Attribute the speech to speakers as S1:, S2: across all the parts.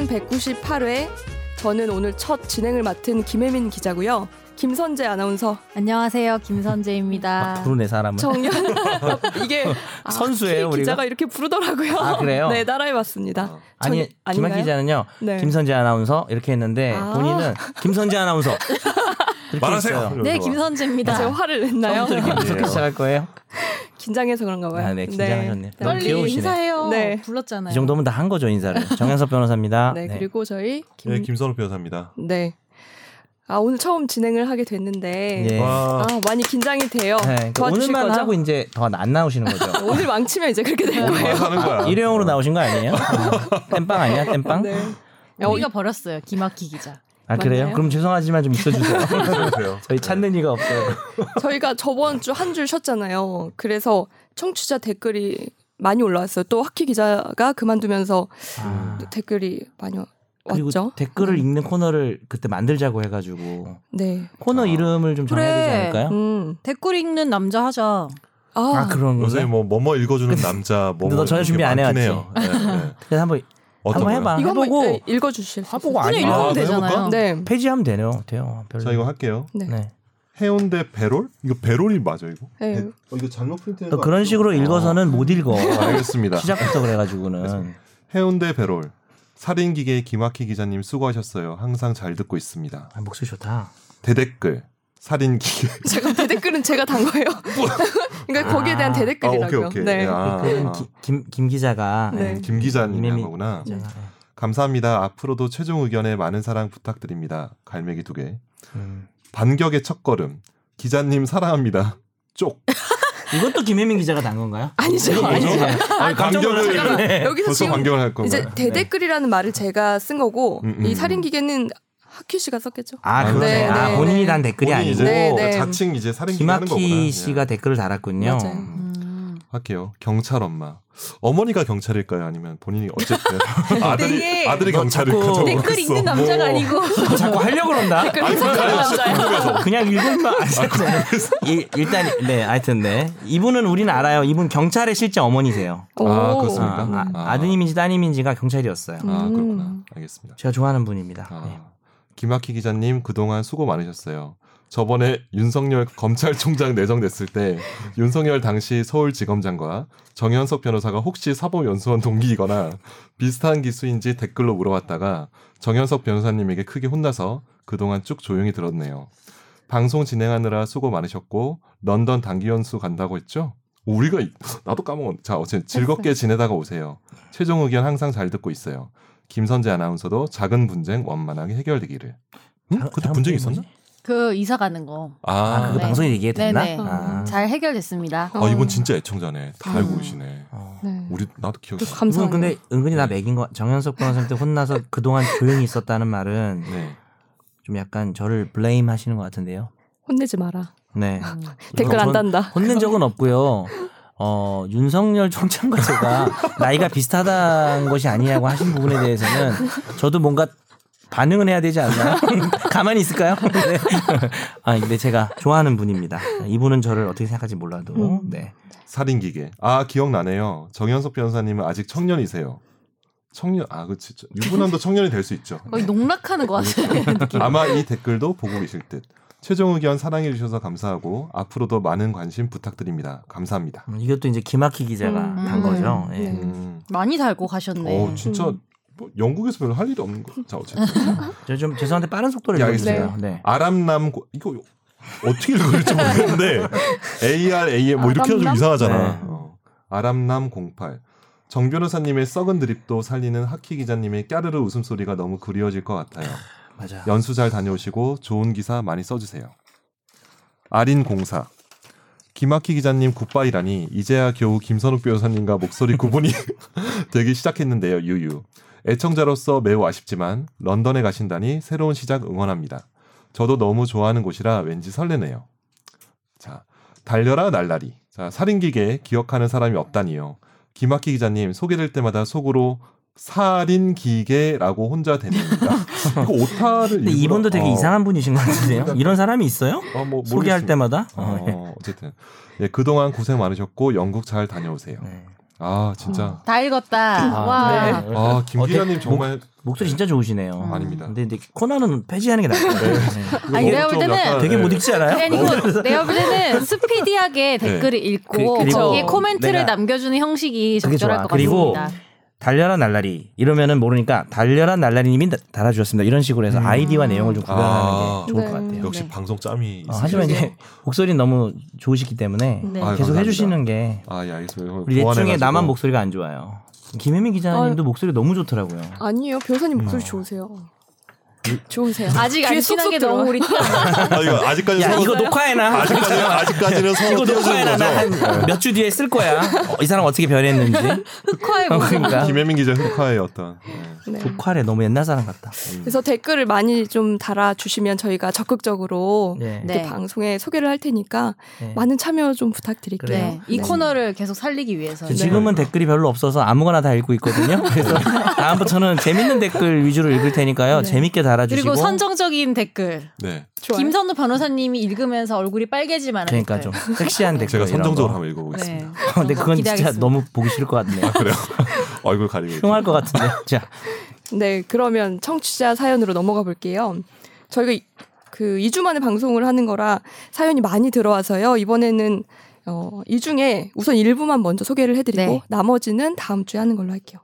S1: 198회 저는 오늘 첫 진행을 맡은 김혜민 기자고요. 김선재 아나운서
S2: 안녕하세요,
S1: 아.
S2: 김선재입니다.
S3: 아, 부르네 사람을.
S1: 정연 이게 아,
S3: 선수예요,
S1: 키 기자가
S3: 우리가?
S1: 이렇게 부르더라고요.
S3: 아, 그래요? 어.
S1: 네 따라해봤습니다.
S3: 아니
S1: 전-
S3: 김한
S1: 아닌가요?
S3: 기자는요.
S1: 네.
S3: 김선재 아나운서 이렇게 했는데
S1: 아.
S3: 본인은 김선재 아나운서 이렇게
S4: 말하세요.
S3: 했어요.
S2: 네,
S4: 좋아.
S1: 제가
S2: 김선재입니다.
S1: 화를 냈나요?
S3: 처음부터 이렇게 무섭게 시작할 거예요.
S1: 긴장해서 그런가 봐요.
S3: 아, 네, 긴장하셨네요.
S1: 네.
S3: 너무
S2: 빨리
S3: 귀여우시네.
S2: 인사해요.
S1: 네.
S2: 불렀잖아요.
S3: 이 정도면 다 한 거죠 인사를. 정현섭 변호사입니다.
S1: 네, 그리고 저희 김,
S4: 네, 김선호 변호사입니다.
S1: 네. 아 오늘 처음 진행을 하게 됐는데
S3: 예.
S4: 와,
S1: 아 많이 긴장이 돼요.
S3: 네, 그러니까
S1: 도와주실
S3: 오늘만
S1: 거죠?
S3: 하고 네. 이제 더 안 나오시는 거죠.
S1: 오늘 망치면 이제 아, 그렇게 될 거예요.
S4: 하는 거야.
S3: 일회용으로 나오신 거 아니에요? 땜빵 아니야? 땜빵?
S1: 네.
S2: 우리가 버렸어요, 김학기 기자.
S3: 아 그래요?
S1: 맞나요? 네.
S3: 그럼 죄송하지만 좀 있어주세요.
S4: 보세요.
S3: 저희 찾는 이가 없어요.
S1: 저희가 저번 주 한 줄 쉬었잖아요. 그래서 청취자 댓글이 많이 올라왔어요. 또 학기 기자가 그만두면서
S3: 아,
S1: 댓글이 많이 와-
S3: 그리고
S1: 왔죠. 음.
S3: 댓글을 읽는 코너를 그때 만들자고 해가지고
S1: 네.
S3: 코너
S4: 아.
S3: 이름을 좀 정해야 되지
S2: 그래.
S3: 않을까요?
S1: 음.
S2: 댓글 읽는 남자 하자.
S1: 아,
S3: 아 그런 거요
S4: 요새 뭐 뭐뭐 읽어주는 남자 뭐뭐
S3: 너 전혀
S4: 이렇게
S3: 준비 안
S4: 많긴
S3: 해왔지?
S4: 해요. 네, 네.
S3: 그래서 한번
S4: 어떤
S3: 한번
S4: 거요?
S3: 해봐.
S1: 이거 한번
S3: 해보고
S1: 네, 읽어주실 수
S3: 해보고
S1: 있어요?
S3: 아니
S2: 그냥
S4: 아,
S2: 읽으면
S4: 해볼까?
S2: 되잖아요.
S1: 네.
S3: 폐지하면 되네요. 돼요. 별로.
S4: 자 이거 할게요.
S1: 네.
S3: 네.
S4: 해운대 배롤? 이거 배롤이 맞아 이거?
S1: 네.
S4: 배- 어, 이거 잘못 프린트된
S3: 너
S4: 거
S3: 그런
S4: 아니죠?
S3: 식으로 읽어서는 못 읽어.
S4: 아, 알겠습니다.
S3: 시작부터 그래가지고는
S4: 해운대 배롤 살인 기계의 김학희 기자님 수고하셨어요. 항상 잘 듣고 있습니다.
S3: 아, 목소리 좋다.
S4: 대댓글 살인 기계.
S1: 제가 대댓글은 제가 단 거예요. 그러니까 거기에 대한
S3: 아.
S4: 네. 아
S1: 대댓글이라고요.
S4: 오케이 오케이.
S1: 네.
S4: 아,
S3: 그는
S4: 아.
S3: 김, 김 기자가
S1: 네.
S3: 네.
S4: 김 기자님이 한
S3: 김혜미
S4: 거구나.
S3: 기자가,
S4: 감사합니다. 앞으로도 최종 의견에 많은 사랑 부탁드립니다. 갈매기 두 개.
S3: 음.
S4: 반격의 첫걸음. 기자님 사랑합니다. 쪽.
S3: 이것도 김혜민 기자가 단 건가요?
S1: 아니죠.
S3: 이거 뭐죠?
S4: 아니죠.
S3: 아니, 깜짝
S4: 감격을-
S3: 놀랐네.
S1: 여기서
S4: 벌써
S1: 지금
S4: 반격을 할 네. 건가요?
S1: 이제 대댓글이라는 말을 제가 쓴 거고
S4: 음, 음,
S1: 이
S4: 음.
S1: 살인 기계는 하키 씨가 썼겠죠.
S3: 아, 그러네.
S1: 네,
S3: 아,
S1: 네,
S3: 본인이
S1: 네.
S3: 단 댓글이
S4: 본인이
S3: 아니고
S4: 이제 네.
S1: 네, 네.
S4: 자칭 이제 살인 기하는 거구나. 예.
S3: 김학희 씨가 댓글을 달았군요.
S1: 맞아요.
S2: 음.
S4: 할게요. 경찰 엄마. 어머니가 경찰일까요? 아니면 본인이 어쨌든 아들이
S2: 되게
S4: 아들이
S3: 너
S4: 경찰일까?
S3: 자꾸
S4: 저
S2: 네, 댓글
S4: 모르겠어.
S2: 읽는 남자가
S3: 뭐.
S2: 아니고
S3: 너 자꾸 하려고 그런다.
S4: 아,
S3: 그냥 읽으면 아시잖아요. 일단 네, 하여튼 네. 이분은 우린 알아요. 이분 경찰의 실제 어머니세요.
S4: 아,
S1: 오.
S4: 그렇습니까?
S3: 아,
S4: 아.
S3: 아, 드님인지 따님인지가 경찰이었어요.
S4: 아
S1: 음.
S4: 그렇구나. 알겠습니다.
S3: 제가 좋아하는 분입니다. 네.
S4: 아, 김학희 기자님 그동안 수고 많으셨어요. 저번에 윤석열 검찰총장 내정됐을 때 윤석열 당시 서울지검장과 정현석 변호사가 혹시 사법연수원 동기이거나 비슷한 기수인지 댓글로 물어봤다가 정현석 변호사님에게 크게 혼나서 그동안 쭉 조용히 들었네요. 방송 진행하느라 수고 많으셨고 런던 단기연수 간다고 했죠? 우리가 이- 나도 까먹었. 자, 어쨌든 즐겁게 지내다가 오세요. 최종 의견 항상 잘 듣고 있어요. 김선재 아나운서도 작은 분쟁 원만하게 해결되기를. 응?
S3: 자-
S4: 그때
S3: 자음
S4: 분쟁
S3: 분쟁이
S4: 있었나?
S3: 뭐지?
S2: 그 이사 가는 거.
S3: 아, 그거
S2: 네.
S3: 방송에 얘기했나?
S2: 네네. 음,
S3: 아.
S2: 잘 해결됐습니다.
S4: 아, 이분 진짜 애청자네. 다 알고
S2: 음.
S4: 계시네.
S1: 어.
S3: 어.
S1: 네.
S4: 우리 나도 기억이.
S1: 감사
S3: 이분
S1: 합
S3: 근데 은근히 나 맥인 거 정현석 변호사한테 혼나서 그동안 조용히 있었다는 말은
S4: 네.
S3: 좀 약간 저를 블레임 하시는 것 같은데요.
S1: 혼내지 마라.
S3: 네.
S2: 음.
S1: 댓글 안
S3: 저는
S1: 단다.
S3: 혼낸 적은 없고요. 어, 윤석열 총장과 제가 나이가 비슷하다는 것이 아니냐고 하신 부분에 대해서는 저도 뭔가 반응은 해야 되지 않나요? 가만히 있을까요? 네. 아, 근데 제가 좋아하는 분입니다. 이분은 저를 어떻게 생각할지 몰라도.
S1: 음.
S3: 네.
S4: 살인 기계. 아 기억나네요. 정현석 변호사님은 아직 청년이세요. 청년 아 그치 유부남도 청년이 될 수 있죠.
S2: 거의 농락하는 것 같아요. 느낌.
S4: 아마 이 댓글도 보고 계실 듯. 최종 의견 사랑해 주셔서 감사하고 앞으로도 많은 관심 부탁드립니다. 감사합니다.
S3: 음, 이것도 이제 김학희 기자가
S1: 음,
S3: 단 거죠.
S1: 음,
S3: 예.
S1: 네.
S4: 음.
S2: 많이 달고 가셨네.
S4: 어 진짜
S1: 음.
S4: 뭐 영국에서 별로 할 일이 없는 거. 자 어쨌든
S3: 저 좀 죄송한데 빠른 속도로
S4: 예,
S3: 읽어주세요. 네.
S4: 아람남 고- 이거 어떻게 읽을지 모르겠는데 A R A M 뭐 이렇게 하면 좀
S1: 아람남?
S4: 이상하잖아.
S3: 네.
S4: 어. 아람남 08. 정 변호사님의 썩은 드립도 살리는 하키 기자님의 까르르 웃음소리가 너무 그리워질 것 같아요.
S3: 맞아.
S4: 연수 잘 다녀오시고 좋은 기사 많이 써주세요. 아린 공사 김학희 기자님 굿바이라니 이제야 겨우 김선욱 변호사님과 목소리 구분이 되기 시작했는데요. 유유 애청자로서 매우 아쉽지만 런던에 가신다니 새로운 시작 응원합니다. 저도 너무 좋아하는 곳이라 왠지 설레네요. 자 달려라 날라리 자 살인기계 기억하는 사람이 없다니요. 김학희 기자님 소개될 때마다 속으로 살인기계라고 혼자 대냅니다. 이거 오타를
S3: 근데
S4: 일부러-
S3: 이분도 되게
S4: 어.
S3: 이상한 분이신 것 같은데요. 이런 사람이 있어요?
S4: 어, 뭐
S3: 소개할
S4: 모르겠습니다. 네,
S3: 때마다? 어,
S4: 어, 어쨌든 예, 그동안 고생 많으셨고 영국 잘 다녀오세요.
S3: 네.
S5: 아 진짜.
S2: 다 읽었다.
S1: 아,
S2: 와.
S3: 네.
S5: 아
S3: 어,
S5: 김기자님
S3: 되-
S5: 정말
S3: 목소리 진짜 좋으시네요.
S2: 음.
S5: 아닙니다.
S3: 근데, 근데 코너는 폐지하는 게 나을 것 같아요. 네.
S2: 아니, 내가 볼
S5: 좀
S2: 때는
S5: 약간,
S3: 되게
S5: 네.
S3: 못 읽지 않아요? 어,
S2: 그게 아니고 내가 볼 때는 스피디하게 댓글을 읽고
S3: 네. 그- 그리고
S2: 거기에 코멘트를
S3: 내가-
S2: 남겨주는 형식이
S3: 그게
S2: 적절할
S3: 좋아.
S2: 것
S3: 그리고
S2: 같습니다.
S3: 달려라 날라리 이러면은 모르니까 달려라 날라리님이 나- 달아주셨습니다. 이런 식으로 해서 아이디와 내용을 좀 구별하는
S5: 아.
S3: 게 좋을 것
S1: 네.
S3: 같아요.
S4: 역시
S2: 음. 네.
S4: 방송 짬이
S3: 어,
S4: 있으세요.
S3: 하지만 이제 목소리는 너무 좋으시기 때문에
S2: 네.
S5: 아유,
S3: 계속
S5: 감사합니다.
S3: 해주시는 게
S5: 아, 예, 알겠습니다.
S3: 우리 넷 중에
S5: 보완해가지고.
S3: 나만 목소리가 안 좋아요.
S2: 어.
S3: 김혜민 기자님도 목소리 너무 좋더라고요.
S1: 아니에요. 변호사님 목소리 좋으세요. 좋으세요.
S2: 음. 아직 안
S1: 귀에
S2: 친한
S1: 쏙쏙
S2: 게
S1: 들어오고
S2: 들어와.
S4: 아, 이거 아직까지
S3: 야
S4: 서로-
S3: 이거 녹화해놔.
S4: 아직까지는 아직까지는
S3: 이거
S4: 서로 띄워주는
S3: 녹화해놔.
S4: 거죠.
S3: 나한몇 주 뒤에 쓸 거야. 어, 이 사람 어떻게 변했는지.
S2: 흑화의
S3: 어,
S2: 모습.
S3: 그러니까
S5: 김혜민 기자 흑화의 어떤 네.
S1: 네.
S3: 녹화래 너무 옛날 사람 같다.
S1: 그래서 댓글을 많이 좀 달아주시면 저희가 적극적으로
S3: 네.
S1: 이렇게
S2: 네.
S1: 방송에 소개를 할 테니까
S3: 네.
S1: 많은 참여 좀 부탁드릴게요.
S2: 네. 이 코너를 계속 살리기 위해서.
S3: 저 지금은 댓글이 별로 없어서 아무거나 다 읽고 있거든요. 그래서 다음부터는 재밌는 댓글 위주로 읽을 테니까요. 재밌게 달아주시고.
S2: 네. 그리고 선정적인 댓글.
S5: 네.
S1: 좋아요.
S2: 김선우 변호사님이 읽으면서 얼굴이 빨개지만
S3: 그러니까 좀 섹시한 댓글.
S5: 제가
S3: 이런
S5: 선정적으로
S3: 거.
S5: 한번
S2: 네.
S5: 읽어보겠습니다.
S3: 근데 그건 진짜 너무 보기 싫을 것 같네. 요
S5: 그래요. 얼굴 가리고. 있죠.
S3: 흉할 것 같은데. 자,
S1: 네, 그러면 청취자 사연으로 넘어가 볼게요. 저희가 이- 그 2주 만에 방송을 하는 거라 사연이 많이 들어와서요. 이번에는 어, 이 중에 우선 일부만 먼저 소개를 해드리고
S2: 네.
S1: 나머지는 다음 주에 하는 걸로 할게요.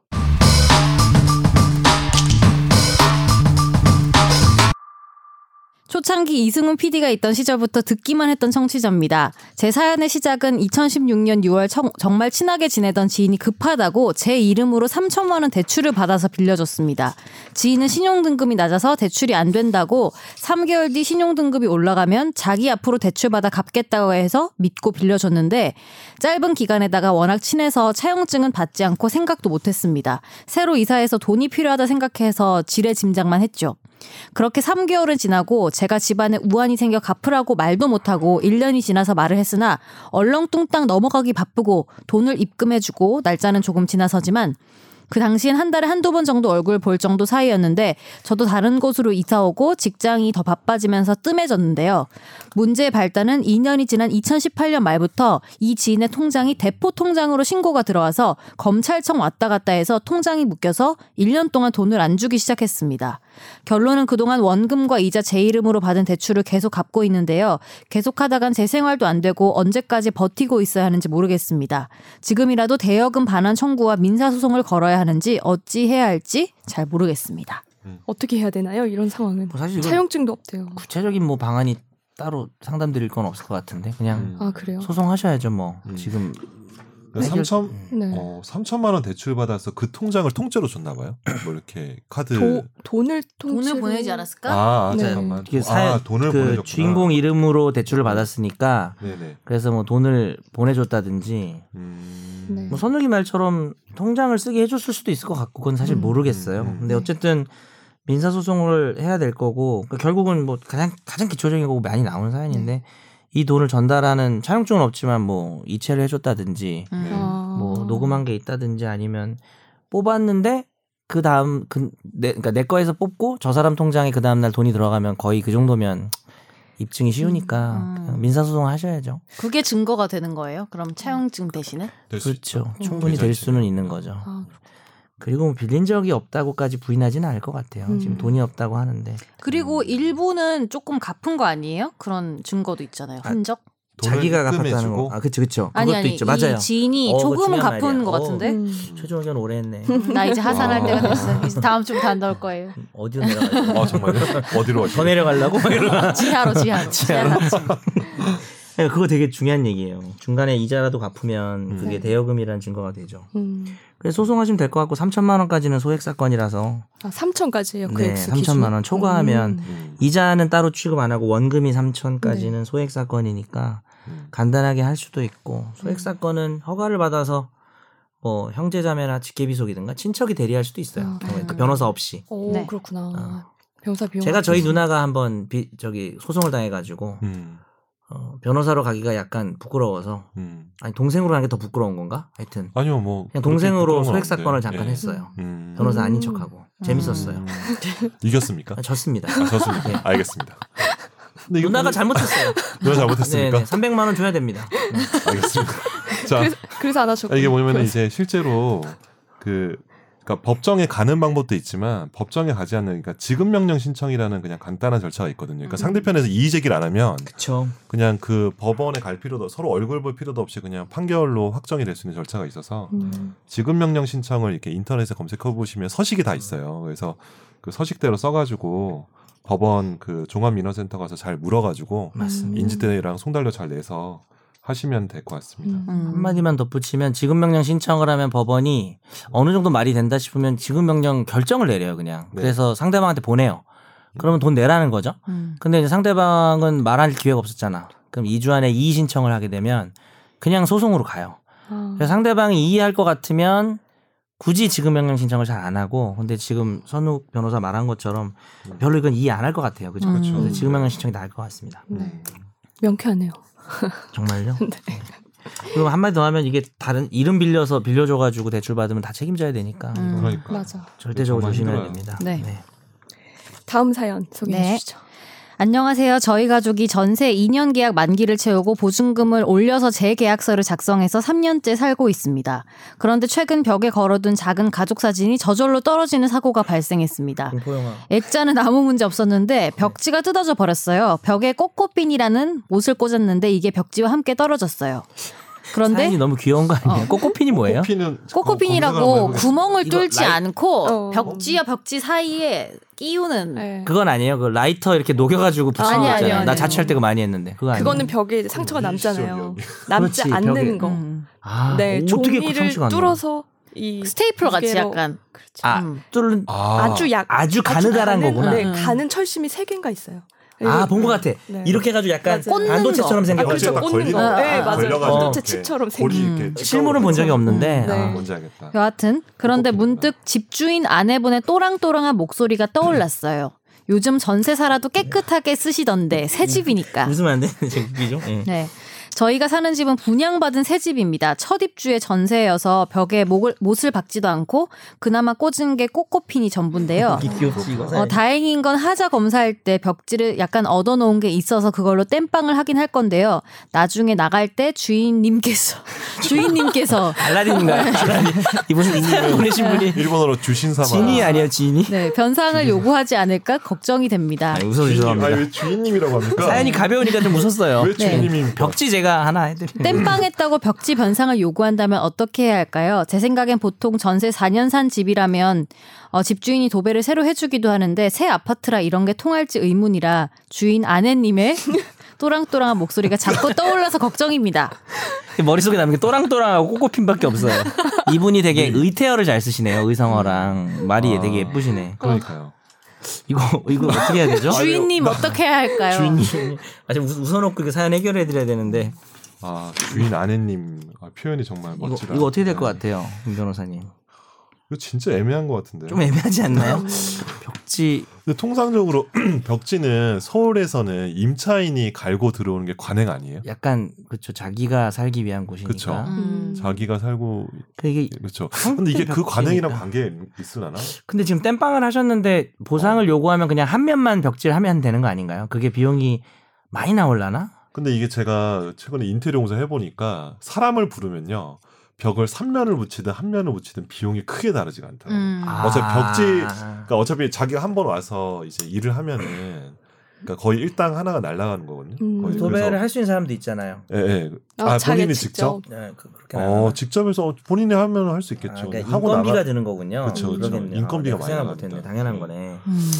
S2: 초창기 이승훈 PD가 있던 시절부터 듣기만 했던 청취자입니다. 제 사연의 시작은 2016년 6월 청- 정말 친하게 지내던 지인이 급하다고 제 이름으로 3천만 원 대출을 받아서 빌려줬습니다. 지인은 신용등급이 낮아서 대출이 안 된다고 3개월 뒤 신용등급이 올라가면 자기 앞으로 대출받아 갚겠다고 해서 믿고 빌려줬는데 짧은 기간에다가 워낙 친해서 차용증은 받지 않고 생각도 못했습니다. 새로 이사해서 돈이 필요하다 생각해서 지레 짐작만 했죠. 그렇게 3개월은 지나고 제가 집안에 우환이 생겨 갚으라고 말도 못하고 1년이 지나서 말을 했으나 얼렁뚱땅 넘어가기 바쁘고 돈을 입금해주고 날짜는 조금 지나서지만 그 당시엔 한 달에 한두 번 정도 얼굴 볼 정도 사이였는데 저도 다른 곳으로 이사오고 직장이 더 바빠지면서 뜸해졌는데요. 문제의 발단은 2년이 지난 2018년 말부터 이 지인의 통장이 대포 통장으로 신고가 들어와서 검찰청 왔다 갔다 해서 통장이 묶여서 1년 동안 돈을 안 주기 시작했습니다. 결론은 그동안 원금과 이자 제 이름으로 받은 대출을 계속 갚고 있는데요. 계속하다간 제 생활도 안 되고 언제까지 버티고 있어야 하는지 모르겠습니다. 지금이라도 대여금 반환 청구와 민사소송을 걸어야 하는지 어찌 해야 할지 잘 모르겠습니다.
S1: 어떻게 해야 되나요? 이런 상황은
S3: 뭐 사실 이건
S1: 차용증도 없대요.
S3: 구체적인 뭐 방안이 따로 상담드릴 건 없을 것 같은데 그냥
S5: 음.
S1: 아 그래요?
S3: 소송하셔야죠 뭐
S5: 음.
S3: 지금
S4: 그러니까 3천
S1: 네.
S4: 어 3천만 원 대출 받아서 그 통장을 통째로 줬나 봐요. 뭐 이렇게 카드
S1: 도,
S3: 그
S1: 돈을 통째로
S2: 않았을까?
S5: 아, 아
S1: 네.
S5: 잠깐만.
S3: 이게
S4: 아
S3: 사연-
S4: 돈을
S3: 그
S4: 보내줬구나.
S3: 주인공 이름으로 대출을 받았으니까
S5: 네네.
S3: 그래서 뭐 돈을 보내줬다든지
S5: 음.
S1: 네.
S3: 뭐 선욱이 말처럼 통장을 쓰게 해줬을 수도 있을 것 같고 그건 사실
S2: 음.
S3: 모르겠어요.
S5: 음, 음.
S3: 근데 어쨌든 민사 소송을 해야 될 거고 그러니까 결국은 뭐 가장 가장 기초적인 거고 많이 나오는 사연인데 이 돈을 전달하는 차용증은 없지만 뭐 이체를 해줬다든지
S2: 음.
S5: 네.
S2: 어,
S1: 아.
S3: 뭐 녹음한 게 있다든지 아니면 뽑았는데 그 다음 그내 그러니까 내 거에서 뽑고 저 사람 통장에 그 다음 날 돈이 들어가면 거의 그 정도면 입증이 쉬우니까
S2: 음.
S3: 그냥 민사 소송 하셔야죠.
S2: 그게 증거가 되는 거예요? 그럼 차용증 대신에?
S4: 될수 있-
S3: 그렇죠.
S1: 음.
S3: 충분히 될 수는 있는 거죠.
S1: 아,
S3: 그리고 뭐 빌린 적이 없다고까지 부인하지는 않을 것 같아요.
S1: 음.
S3: 지금 돈이 없다고 하는데
S2: 그리고 일부는 조금 갚은 거 아니에요? 그런 증거도 있잖아요.
S3: 아,
S2: 흔적?
S4: 돈을
S3: 자기가 갚았다는
S4: 입금해주고
S3: 거. 아, 그렇죠, 그렇죠.
S2: 아니
S3: 그것도
S2: 아니
S3: 있죠. 맞아요.
S2: 이 지인이
S3: 어, 그거
S2: 조금은
S3: 중요한 어.
S2: 갚은
S3: 말이야.
S2: 것
S3: 어.
S2: 같은데
S1: 음.
S3: 최종 의견 오래 했네.
S2: 나 이제 하산할
S5: 아.
S2: 때가 됐어. 이제 다음 주부터 안 나올 거예요.
S3: 어디로 내려가야 돼?
S5: 아 정말 어디로
S3: 더
S5: 가시나요?
S3: 내려가려고? 막 이러고.
S2: 지하로 지하로.
S3: 지하로.
S2: 지하로.
S3: 예, 그거 되게 중요한 얘기예요. 중간에 이자라도 갚으면
S5: 음.
S3: 그게
S1: 네.
S3: 대여금이라는 증거가 되죠.
S1: 음.
S3: 그래서 소송하시면 될 것 같고 3천만 원까지는 소액 사건이라서
S1: 아 3천까지예요. 그
S3: 네,
S1: 액수
S3: 3천만
S1: 기준이?
S3: 원 초과하면
S1: 음.
S5: 음.
S3: 이자는 따로 취급 안 하고 원금이 3천까지는 소액 사건이니까
S5: 음.
S3: 간단하게 할 수도 있고 소액 사건은 허가를 받아서 뭐 형제자매나 직계비속이든가 친척이 대리할 수도 있어요.
S1: 아,
S3: 경우에 그
S2: 음.
S3: 변호사 없이.
S1: 오
S2: 네.
S1: 그렇구나. 병사 비용.
S3: 어. 제가 저희 누나가 한번 비- 저기 소송을 당해가지고
S5: 음.
S3: 어, 변호사로 가기가 약간 부끄러워서
S5: 음.
S3: 아니 동생으로 하는 게 더 부끄러운 건가? 하여튼
S5: 아니요 뭐 그렇게 부끄러운
S3: 그냥 동생으로
S5: 건
S3: 소액
S5: 없는데.
S3: 사건을 잠깐
S4: 네.
S5: 예.
S3: 했어요.
S5: 음.
S3: 변호사 아닌
S1: 음.
S3: 척하고 재밌었어요.
S5: 음. 이겼습니까?
S3: 아, 졌습니다.
S5: 아, 좋습니다.
S3: 네.
S5: 알겠습니다. 근데 이거
S3: 누나가
S5: 보면-
S4: 뭐
S3: 잘못했어요.
S5: 누나 잘못했습니까?
S3: 네, 네. 300만 원 줘야 됩니다.
S5: 알겠습니다. 자,
S1: 그래서, 그래서 안 하셨고.
S4: 아, 이게 뭐냐면 이제 실제로 그 그러니까 법정에 가는 방법도 있지만 법정에 가지 않는 그러니까 지급 명령 신청이라는 그냥 간단한 절차가 있거든요. 그러니까
S3: 음.
S4: 상대편에서 이의 제기를 안 하면
S3: 그렇죠.
S4: 그냥 그 법원에 갈 필요도 서로 얼굴 볼 필요도 없이 그냥 판결로 확정이 될 수 있는 절차가 있어서
S1: 음.
S4: 지급 명령 신청을 이렇게 인터넷에 검색해 보시면 서식이 다 있어요. 그래서 그 서식대로 써가지고 법원 그 종합민원센터 가서 잘 물어가지고
S3: 네,
S1: 음.
S3: 맞습니다.
S4: 인지대랑 송달료 잘 내서 하시면 될 것 같습니다.
S1: 음.
S2: 음.
S3: 한마디만 덧붙이면 지급명령 신청을 하면 법원이 어느 정도 말이 된다 싶으면 지급명령 결정을 내려요 그냥
S4: 네.
S3: 그래서 상대방한테 보내요 그러면 돈 내라는 거죠
S2: 음.
S3: 근데 이제 상대방은 말할 기회가 없었잖아 그럼 2주 안에 이의 신청을 하게 되면 그냥 소송으로 가요
S1: 아.
S3: 그래서 상대방이 이의할 것 같으면 굳이 지급명령 신청을 잘 안 하고 근데 지금 선우 변호사 말한 것처럼 별로 이건 이해 안 할 것 같아요 그죠
S2: 그렇죠.
S3: 그래서 지급명령 신청이 나을 것 같습니다
S1: 네. 명쾌하네요. 네,
S3: 정말요? 그리고 한마디 더 하면 이게 다른 이름 빌려서 빌려줘가지고 대출 받으면 다 책임져야 되니까
S2: 음.
S3: 이거
S4: 그러니까
S1: 맞아.
S3: 절대적으로
S4: 정말
S3: 조심해야
S4: 힘들어요.
S3: 됩니다.
S2: 네.
S1: 다음 사연 소개해
S2: 네.
S1: 주시죠.
S2: 안녕하세요. 저희 가족이 전세 2년 계약 만기를 채우고 보증금을 올려서 재계약서를 작성해서 3년째 살고 있습니다. 그런데 최근 벽에 걸어둔 작은 가족 사진이 저절로 떨어지는 사고가 발생했습니다.
S3: 공포 영화.
S2: 액자는 아무 문제 없었는데 벽지가 뜯어져 버렸어요. 벽에 꼬꼬핀이라는 옷을 꽂았는데 이게 벽지와 함께 떨어졌어요.
S3: 사연이
S2: 그런데
S3: 너무 귀여운 거 아니에요? 꼬꼬핀이 뭐예요?
S4: 코피는
S2: 꼬꼬핀이라고 네? 구멍을
S3: 어, 이거
S2: 뚫지
S3: 라이-
S2: 않고
S1: 어.
S2: 벽지와 벽지 사이에 끼우는
S1: 네.
S3: 그건 아니에요. 그 라이터 이렇게 녹여가지고 붙이는
S2: 아니,
S3: 거
S2: 아니,
S3: 있잖아요.
S2: 아니,
S3: 나
S2: 아니.
S3: 자취할 때 그거 많이 했는데 그거 아니에요.
S1: 그거는 벽에 이제 상처가 남잖아요. 남지
S3: 그렇지,
S1: 않는
S3: 벽에.
S1: 거.
S2: 음.
S3: 아,
S1: 네,
S3: 어떻게 그
S1: 종이를
S3: 상처가 안
S1: 뚫어서 이
S2: 스테이플 같이
S1: 무게로-
S2: 약간
S1: 그렇죠.
S3: 아,
S2: 음.
S3: 뚫는
S4: 아,
S1: 아, 주 약.
S3: 아주 가느다란
S1: 가는-
S3: 거구나.
S1: 네,
S2: 음.
S1: 가는 철심이 세 개인가 있어요.
S3: 아, 본 것 같아.
S1: 네.
S3: 이렇게 해가지고 약간
S1: 맞아요. 꽂는
S3: 반도체처럼
S2: 거.
S1: 아,
S3: 생겨가지고
S1: 그렇죠.
S4: 어깨가
S1: 꽂는 거.
S2: 걸리는 거.
S1: 네, 맞아요.
S4: 걸려가지고
S1: 반도체
S4: 이렇게
S1: 칩처럼 생긴.
S4: 고리
S2: 생긴.
S4: 이렇게
S2: 음.
S4: 찍어
S3: 실물은 본
S4: 그렇죠.
S3: 적이 없는데
S1: 네.
S3: 아,
S4: 뭔지 알겠다.
S2: 여하튼 그런데
S4: 꼬꼬핀이구나.
S2: 문득 집주인 아내분의 또랑또랑한 목소리가 떠올랐어요. 요즘 전세 살아도 깨끗하게 쓰시던데 새 집이니까.
S3: 아, 웃으면 안 되는 제기죠. 예.
S2: 네. 저희가 사는 집은 분양받은 새 집입니다. 첫 입주에 전세여서 벽에 목을, 못을 박지도 않고 그나마 꽂은 게 꼬꼬핀이 전부인데요.
S3: 이게 귀엽지 이거. 네.
S2: 어, 다행인 건 하자 검사할 때 벽지를 약간 얻어놓은 게 있어서 그걸로 땜빵을 하긴 할 건데요. 나중에 나갈 때 주인님께서 주인님께서
S3: 알라딘인가요? 알라딘. 이분 사연 보내신 분이
S4: 일본어로 주신 삼아.
S3: 진이 아니에요 진이?
S2: 네, 변상을 요구하지 않을까 걱정이 됩니다.
S3: 아니, 웃어서 죄송합니다.
S4: 아왜 주인님이라고 합니까?
S3: 사연이 네. 가벼우니까 좀 웃었어요.
S4: 왜 주인님입니까?
S3: 벽지 제가 하나 해드릴게요.
S2: 땜빵했다고 벽지 변상을 요구한다면 어떻게 해야 할까요? 제 생각엔 보통 전세 4년 산 집이라면 어, 집주인이 도배를 새로 해주기도 하는데 새 아파트라 이런 게 통할지 의문이라 주인 아내님의 또랑또랑한 목소리가 자꾸 떠올라서 걱정입니다.
S3: 머릿속에 남는 게 또랑또랑하고 꼬꼬핀밖에 없어요. 이분이 되게 의태어를 잘 쓰시네요. 의성어랑 말이
S4: 네. 아.
S3: 되게 예쁘시네.
S4: 그러니까요.
S3: 이거 이거 어떻게 해야 되죠?
S2: 주인님 어떻게 해야 할까요?
S3: 아 지금 웃- 웃어놓고 그 사연 해결해 드려야 되는데
S4: 아 주인 아내님 아, 표현이 정말
S3: 이거,
S4: 멋지다. 네.
S3: 이거 어떻게 될 것 같아요, 김 변호사님?
S4: 이거 진짜 애매한 것 같은데요.
S3: 좀 애매하지 않나요? 벽지
S4: 근데 통상적으로 벽지는 서울에서는 임차인이 갈고 들어오는 게 관행 아니에요?
S3: 약간 그쵸 자기가 살기 위한
S4: 그쵸.
S3: 곳이니까.
S2: 음.
S1: 어,
S4: 자기가 살고
S3: 그 이게
S4: 그렇죠.
S3: 성격
S4: 근데 이게
S3: 벽지니까.
S4: 그
S3: 그러니까.
S4: 관행이랑 관계 있으려나?
S3: 근데 지금 땜빵을 하셨는데 보상을
S4: 어.
S3: 요구하면 그냥 한 면만 벽지를 하면 되는 거 아닌가요? 그게 비용이 많이 나올라나?
S4: 근데 이게 제가 최근에 인테리어 공사 해보니까 사람을 부르면요 벽을 3면을 붙이든 한 면을 붙이든 비용이 크게 다르지가 않더라고요.
S2: 음.
S3: 아.
S4: 어차피 벽지- 그러니까 어차피 자기가 한 번 와서 이제 일을 하면은 그러니까 거의 일당 하나가 날아가는 거거든요.
S1: 음.
S4: 거의
S3: 도배를 뭐 할 수 있는 사람도 있잖아요.
S4: 예, 예.
S1: 아,
S4: 아,
S1: 자기가
S4: 본인이
S1: 직접?
S4: 직접?
S3: 네, 그, 그렇게 아,
S4: 어, 직접해서 본인이 하면 할 수 있겠죠. 하고
S3: 그러니까 인건비가
S4: 나가.
S3: 드는 거군요.
S4: 그쵸, 그쵸.
S3: 그러겠네요.
S4: 인건비가
S3: 네,
S4: 많이
S3: 생각
S4: 나가니까.
S3: 못했네. 당연한 거네.
S2: 음.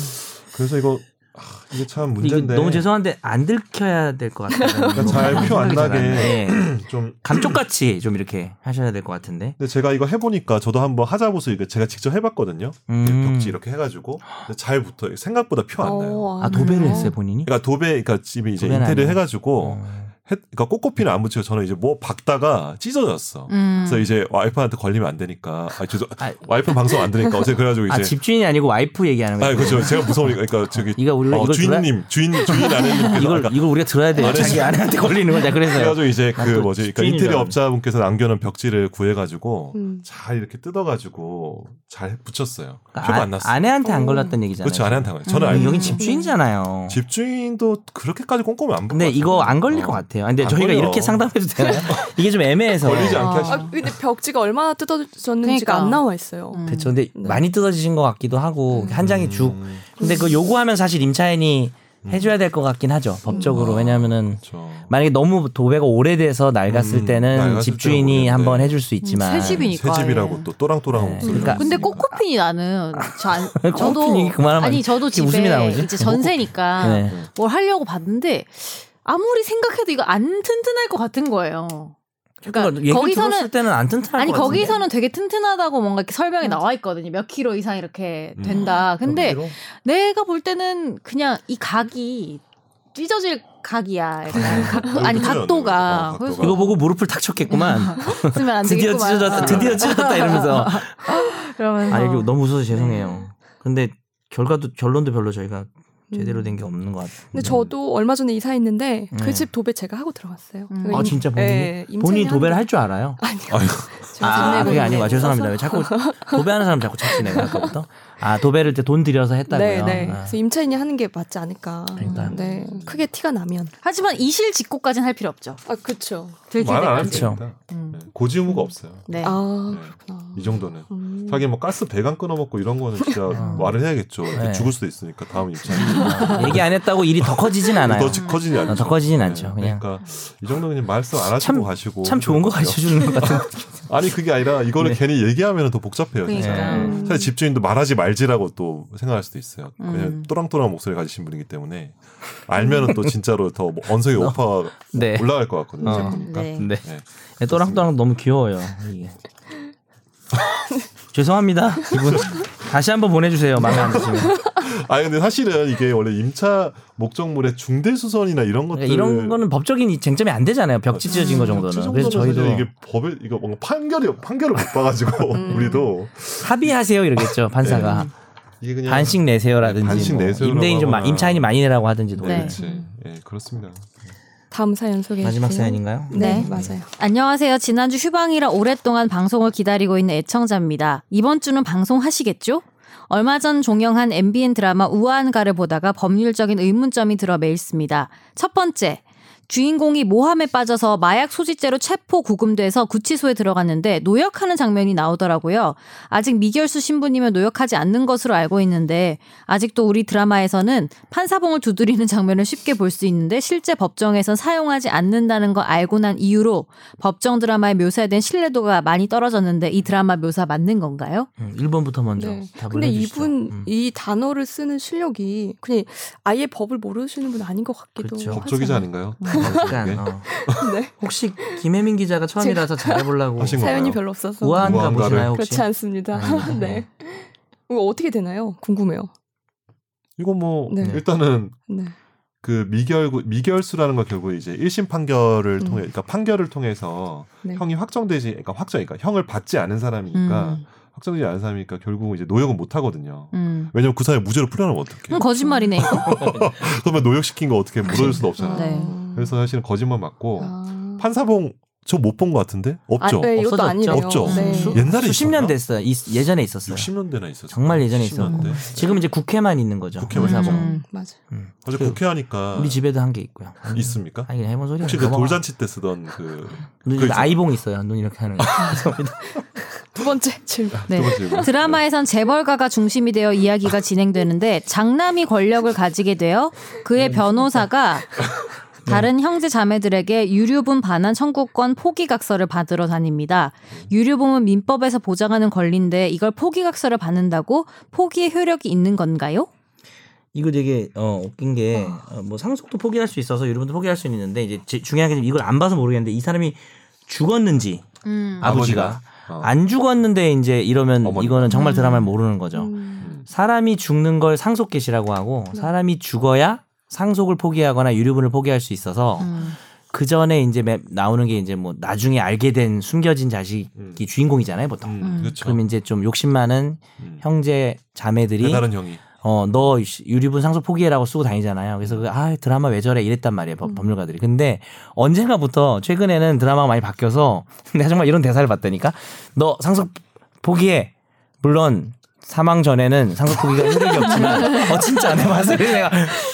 S4: 그래서 이거 아, 이게 참
S3: 근데 이거
S4: 문제인데. 그러니까
S3: 너무 죄송한데 안 들켜야 될 것 같아요.
S4: 잘표안 나게. 좀
S3: 감쪽같이 좀 이렇게 하셔야 될 것 같은데.
S4: 근데 제가 이거 해보니까 저도 한번 하자고서 이거 제가 직접 해봤거든요.
S3: 음.
S4: 네, 벽지 이렇게 해가지고 근데 잘 붙어요. 생각보다 표 안 나요.
S1: 어,
S3: 아 도배를
S1: 음.
S3: 했어요 본인이?
S4: 그러니까 도배, 그러니까 집이 이제
S3: 도배는
S4: 인테리어
S3: 아니에요.
S4: 해가지고,
S3: 어.
S4: 해- 그러니까 꼬꼬피는 안 붙이고 저는 이제 뭐 박다가 찢어졌어.
S2: 음.
S4: 그래서 이제 와이프한테 걸리면 안 되니까, 아 죄송,
S3: 아.
S4: 와이프 방송 안 되니까 어제 그래가지고
S3: 아
S4: 이제,
S3: 집주인이 아니고 와이프 얘기하는
S4: 아,
S3: 거예요.
S4: 그렇죠. 제가 무서우니까, 그러니까 저기
S3: 이거 우리
S4: 어,
S3: 이걸
S4: 주인님, 주인 주인
S3: 들어야,
S4: 아내님께서
S3: 이걸
S4: 아까
S3: 이걸 우리가 들어야 돼요.
S4: 그러니까 아니,
S3: 자기 아내한테 걸리는 거냐 그래서요.
S4: 그래가지고 이제 그
S3: 아, 또
S4: 뭐지, 그러니까
S3: 주인이라고
S4: 인테리어
S3: 하네.
S4: 업자분께서 남겨놓은 벽지를 구해가지고
S1: 음.
S4: 잘 이렇게 뜯어가지고 잘 붙였어요.
S3: 그러니까
S4: 표가
S3: 아-
S4: 안 났어.
S3: 아내한테 안
S1: 어.
S3: 걸렸던 얘기잖아요.
S4: 그렇죠, 아내한테 안 걸렸어요. 저는
S2: 음.
S4: 알고
S3: 여긴 집주인이잖아요.
S4: 집주인도 그렇게까지 꼼꼼히 안 보고.
S3: 근데 이거 안 걸릴 것 같아. 같아요. 아, 근데
S4: 어. 안
S3: 저희가
S4: 걸려.
S3: 이렇게 상담해도 되나요? 이게 좀 애매해서.
S4: 걸리지
S2: 아.
S4: 않게
S1: 아,
S4: 하시는
S1: 근데 벽지가 얼마나 뜯어졌는지가
S2: 그러니까.
S1: 안 나와 있어요.
S2: 음.
S3: 그렇죠. 근데
S4: 네.
S3: 많이 뜯어지신 것 같기도
S4: 음.
S3: 하고 한 장이 쭉. 근데 그 요구하면 사실 임차인이
S4: 음.
S3: 해줘야 될 것 같긴 하죠. 법적으로 왜냐면은
S4: 그렇죠.
S1: 아,
S3: 만약에 너무 도배가 오래돼서 낡았을
S4: 음,
S3: 때는
S4: 낡았을
S3: 집주인이
S4: 때는
S3: 한번
S4: 모르겠는데.
S3: 해줄 수 있지만
S2: 음, 새 집이니까.
S4: 새 집이라고 또 또랑또랑
S3: 네.
S4: 목소리.
S3: 그러니까-
S2: 근데 꼬꼬핀이 나는 저 안, 저도
S3: 꼬꼬핀 얘기 그만하면
S2: 아니 저도
S3: 이렇게 웃음이
S2: 집에
S3: 나오지?
S2: 이제 전세니까
S3: 네.
S2: 뭘 하려고 봤는데 아무리 생각해도 이거 안 튼튼할 것 같은 거예요.
S3: 그러니까 얘기
S2: 거기서는-
S3: 들었을 때는 안 튼튼할
S2: 아니
S3: 것 같은데.
S2: 거기서는 되게 튼튼하다고 뭔가 이렇게 설명이 나와 있거든요. 몇 킬로 이상 이렇게 된다. 근데
S3: 거기로?
S2: 내가 볼 때는 그냥 이 각이 찢어질 각이야. 약간 각도, 아니
S4: 찢어졌네.
S2: 각도가.
S4: 어,
S2: 그래서
S4: 각도가.
S3: 이거 보고 무릎을 탁
S2: 음.
S3: 쳤겠구만.
S2: 쓰면 안
S3: 드디어
S2: 되겠구만.
S3: 찢어졌다. 드디어 찢어졌다 이러면서.
S2: 그러면서
S3: 아 이거 너무 웃어서 죄송해요. 근데 결과도 결론도 별로 저희가 제대로 된 게 없는 것 같아요.
S1: 음. 근데 저도 얼마 전에 이사했는데
S3: 네.
S1: 그 집 도배 제가 하고 들어갔어요.
S2: 음.
S1: 그러니까
S3: 아
S1: 임-
S3: 진짜 본인이
S1: 예, 임차인이
S3: 본인이 도배를
S1: 하는
S3: 할 줄 알아요.
S1: 거- 아니요.
S4: 아유.
S1: 제가
S3: 아,
S1: 겁내고
S3: 그게 아니고 아,
S1: 있는데.
S3: 죄송합니다. 왜 자꾸 도배하는 사람 자꾸 찾지 내가 아까부터. 아 도배를 때 돈 들여서
S1: 네,
S3: 했다고요.
S1: 네.
S3: 아,
S1: 그래서 임차인이 하는 게 맞지 않을까.
S3: 그러니까요.
S1: 네, 크게 티가 나면.
S2: 하지만 이실 직고까지는 할 필요 없죠.
S1: 아, 그렇죠.
S2: 들킬
S4: 말안
S2: 때까지.
S4: 하면
S3: 그쵸.
S4: 됩니다.
S2: 음.
S4: 네. 고지 의무가 없어요.
S2: 네.
S1: 아,
S4: 네.
S1: 그렇구나.
S4: 이 정도는.
S1: 음.
S4: 자기 뭐 가스 배관 끊어먹고 이런 거는 진짜
S3: 아.
S4: 말을 해야겠죠. 이렇게
S3: 네.
S4: 죽을 수도 있으니까 다음
S1: 그렇죠.
S4: 입찰.
S3: 아, 얘기 안 했다고 일이 더 커지진 않아요.
S4: 더 커지지 않죠.
S3: 어, 더 커지진 않죠. 그냥
S4: 그러니까 이 정도는 그냥 말씀 안 하시고
S3: 참-
S4: 가시고 네.
S3: 참 좋은 거 가르쳐 주는 것 같은.
S4: 아니 그게 아니라 이거를
S3: 네.
S4: 괜히 얘기하면 더 복잡해요. 진짜. 네.
S2: 그러니까.
S1: 음.
S4: 사실 집주인도 말하지 말지라고 또 생각할 수도 있어요.
S2: 음.
S4: 왜냐면 또랑또랑 목소리 가지신 분이기 때문에 알면은 또 진짜로 더뭐 언성의 오파가
S3: 네.
S4: 올라갈 것 같거든요.
S3: 어.
S4: 제가 보니까.
S2: 네.
S3: 네.
S4: 네.
S3: 네, 또랑또랑 너무 귀여워요. 이게. 죄송합니다. 이분 다시 한번 보내주세요. 마음에 안 드시면
S4: 아 근데 사실은 이게 원래 임차 목적물의 중대 수선이나 이런 것들
S3: 그러니까 이런 거는 법적인 이 쟁점이 안 되잖아요. 벽 찢어진 거
S4: 음,
S3: 정도는. 그래서 저희도
S4: 이게 법에 이거 뭔가 판결이 판결을 못 봐가지고
S2: 음.
S4: 우리도
S3: 합의하세요 이러겠죠 판사가 네.
S4: 이게 그냥
S3: 반씩 내세요라든지
S4: 네. 반씩
S3: 뭐
S4: 내세요라고
S3: 임대인 좀 마-
S4: 하거나.
S3: 임차인이 많이 내라고 하든지 돈.
S2: 네.
S4: 그렇지.
S1: 음.
S4: 예 그렇습니다.
S1: 다음 사연 소개해
S3: 마지막
S1: 주세요.
S3: 사연인가요?
S1: 네,
S2: 네.
S1: 맞아요.
S2: 안녕하세요. 지난주 휴방이라 오랫동안 방송을 기다리고 있는 애청자입니다. 이번 주는 방송하시겠죠? 얼마 전 종영한 MBN 드라마 우아한가를 보다가 법률적인 의문점이 들어 매일습니다. 첫 번째. 주인공이 모함에 빠져서 마약 소지죄로 체포 구금돼서 구치소에 들어갔는데 노역하는 장면이 나오더라고요. 아직 미결수 신부님은 노역하지 않는 것으로 알고 있는데 아직도 우리 드라마에서는 판사봉을 두드리는 장면을 쉽게 볼 수 있는데 실제 법정에선 사용하지 않는다는 거 알고 난 이후로 법정 드라마에 묘사된 신뢰도가 많이 떨어졌는데 이 드라마 묘사 맞는 건가요?
S3: 음, 1번부터 먼저
S1: 네.
S3: 답을
S1: 근데
S3: 해주시죠.
S1: 이분
S3: 음.
S1: 이 단어를 쓰는 실력이 그냥 아예 법을 모르시는 분 아닌 것 같기도
S3: 그렇죠.
S1: 하잖아요.
S4: 법조기자 아닌가요?
S1: 음.
S3: 약간 어.
S1: 네.
S3: 혹시 김혜민 기자가 처음이라서 잘해보려고
S4: 하신 건가요?
S1: 사연이 별로 없어서
S3: 우아한가
S4: 우아한가를-
S3: 보시나요 혹시?
S1: 그렇지 않습니다.
S3: 아닙니다.
S1: 네. 이거 어떻게 되나요? 궁금해요.
S4: 이거 뭐
S1: 네.
S4: 일단은
S1: 네.
S4: 그 미결 미결수라는 거 결국 이제 1심 판결을 통해 그러니까 판결을 통해서
S1: 음. 네.
S4: 형이 확정되지 그러니까 확정 그러니까 형을 받지 않은 사람이니까
S2: 음,
S4: 확정되지 않은 사람이니까 결국 이제 노역은 못 하거든요.
S2: 음.
S4: 왜냐면 그 사람이 무죄로 풀려나면 어떡해.
S2: 음, 거짓말이네 이거.
S4: 그러면 노역시킨 거 어떻게 물어줄 수도 없잖아요.
S2: 네.
S4: 그래서 뭐 사실은 거짓말 맞고
S1: 아.
S4: 판사봉 저 못 본 것 같은데?
S1: 아,
S4: 없죠.
S1: 네, 이것도
S3: 없어졌죠?
S1: 아니래요.
S4: 없죠.
S1: 네.
S3: 수-
S4: 옛날에
S3: 수십 년
S4: 있었나?
S3: 됐어요. 이- 예전에 있었어요.
S4: 60년대나 있었어.
S3: 정말 예전에 있었고. 지금 이제 국회만 있는 거죠.
S4: 국회만
S3: 사범.
S4: 있죠.
S2: 음.
S1: 맞아.
S3: 음.
S4: 어제
S3: 그
S4: 국회 하니까
S3: 우리 집에도 한 게 있고요.
S4: 있습니까?
S3: 아니 해본 소리.
S4: 혹시 그 돌잔치 때 쓰던 그
S3: 아이봉 있어요. 눈 이렇게 하는 거.
S1: 두
S3: 음.
S1: 번째 질문.
S2: 네.
S4: 저거 지금
S2: 드라마에선 재벌가가 중심이 되어 이야기가 진행되는데 장남이 권력을 가지게 되어
S4: 음,
S2: 그의 변호사가 다른 형제 자매들에게 유류분 반환 청구권 포기각서를 받으러 다닙니다. 유류분은 민법에서 보장하는 권리인데 이걸 포기각서를 받는다고 포기의 효력이 있는 건가요?
S3: 이거 되게 어, 웃긴 게 뭐 상속도 포기할 수 있어서 여러분도 포기할 수는 있는데 이제 제- 중요한 게 이걸 안 봐서 모르겠는데 이 사람이 죽었는지
S2: 음.
S3: 아버지가
S4: 아버지가. 어.
S3: 안 죽었는데 이제 이러면
S4: 어머니가.
S3: 이거는 정말 드라마를 모르는 거죠.
S1: 음.
S3: 사람이 죽는 걸 상속 개시라고 하고 사람이 죽어야 상속을 포기하거나 유류분을 포기할 수 있어서 그 전에 이제 매- 나오는 게 이제 뭐 나중에 알게 된 숨겨진 자식이
S4: 음.
S3: 주인공이잖아요, 보통.
S4: 음, 그렇죠.
S3: 그럼 이제 좀 욕심 많은
S4: 음.
S3: 형제 자매들이
S4: 배달은 형이
S3: 어, 너 유리분 상속 포기해라고 쓰고 다니잖아요. 그래서 그, 아, 드라마 왜 저래 이랬단 말이에요. 법- 법률가들이. 근데 언젠가부터 최근에는 드라마가 많이 바뀌어서 내가 정말 이런 대사를 봤다니까. 너 상속 포기해. 물론 사망 전에는 상속포기가 힘들게 없지만 어 진짜 안 해봤어요. 그래서 내가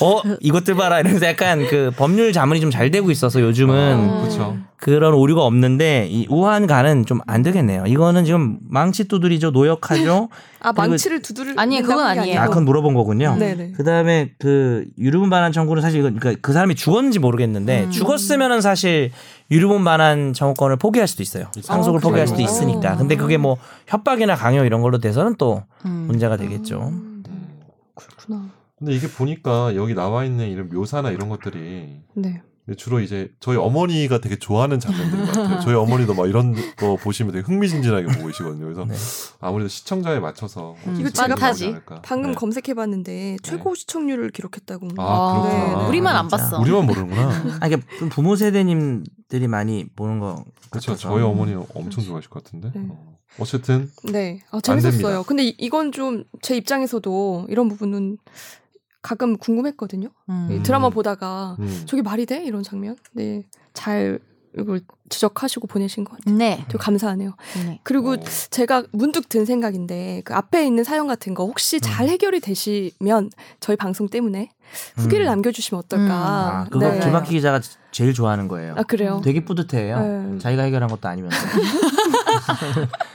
S3: 어 이것들 봐라 이러면서 약간 그 법률 자문이 좀 잘 되고 있어서 요즘은
S1: 아.
S5: 그쵸
S3: 음, 그런 오류가 없는데 이 우한 가는 좀 안 되겠네요. 이거는 지금 망치 두드리죠, 노역하죠.
S1: 아
S3: 그리고-
S1: 망치를 두드릴
S2: 아니, 그건
S1: 된다는 게
S2: 아니에요.
S3: 아
S1: 아니고.
S3: 그건 물어본 거군요.
S1: 네네.
S3: 그다음에 그 유류분 반환 청구는 사실 이건 그러니까 그 사람이
S1: 음.
S3: 죽었는지 모르겠는데 죽었으면은 사실 유류분 반환 청구권을 포기할 수도 있어요. 상속을
S1: 그래요? 어.
S3: 포기할 수도 있으니까. 근데 그게 뭐 협박이나 강요 이런 걸로 돼서는 또
S2: 음.
S3: 문제가 되겠죠.
S1: 네. 음. 그렇구나.
S4: 근데 이게 보니까 여기 나와 있는 이런 묘사나 이런 것들이
S1: 네.
S4: 근데 주로 이제 저희 어머니가 되게 좋아하는 장면들 같아요. 저희 어머니도 막 이런 거 보시면 되게 흥미진진하게 보고 계시거든요. 그래서
S3: 네.
S4: 아무래도 시청자에 맞춰서
S2: 음.
S1: 이거
S4: 제가
S2: 판타지.
S1: 방금 검색해봤는데
S3: 네.
S1: 최고 시청률을 기록했다고.
S4: 네. 아 그렇구나.
S1: 네, 네.
S2: 우리만 안
S3: 진짜.
S2: 봤어.
S4: 우리만 모르는구나.
S3: 아, 그러니까 좀 부모 세대님들이 많이 보는 거
S4: 그렇죠.
S3: 같아서.
S4: 저희 어머니 엄청 좋아하실 것 같은데.
S1: 네.
S4: 어. 어쨌든
S1: 네. 아,
S4: 됩니다.
S1: 재밌었어요. 근데 이, 이건 좀 제 입장에서도 이런 부분은 가끔 궁금했거든요. 이
S2: 음.
S1: 드라마 보다가
S4: 음.
S1: 저게 말이 돼? 이런 장면. 네. 잘 이걸 지적하시고 보내신 것 같아요.
S2: 네.
S3: 음.
S1: 되게 감사하네요.
S2: 네.
S1: 그리고
S4: 어.
S1: 제가 문득 든 생각인데 그 앞에 있는 사연 같은 거
S3: 음.
S1: 혹시 잘 해결이 되시면 저희 방송 때문에 후기를
S3: 음.
S1: 남겨주시면 어떨까.
S3: 아, 그거
S1: 네.
S3: 김학기 기자가 제일 좋아하는 거예요.
S1: 아 그래요.
S3: 되게 뿌듯해요.
S1: 네.
S3: 자기가 해결한 것도 아니면서.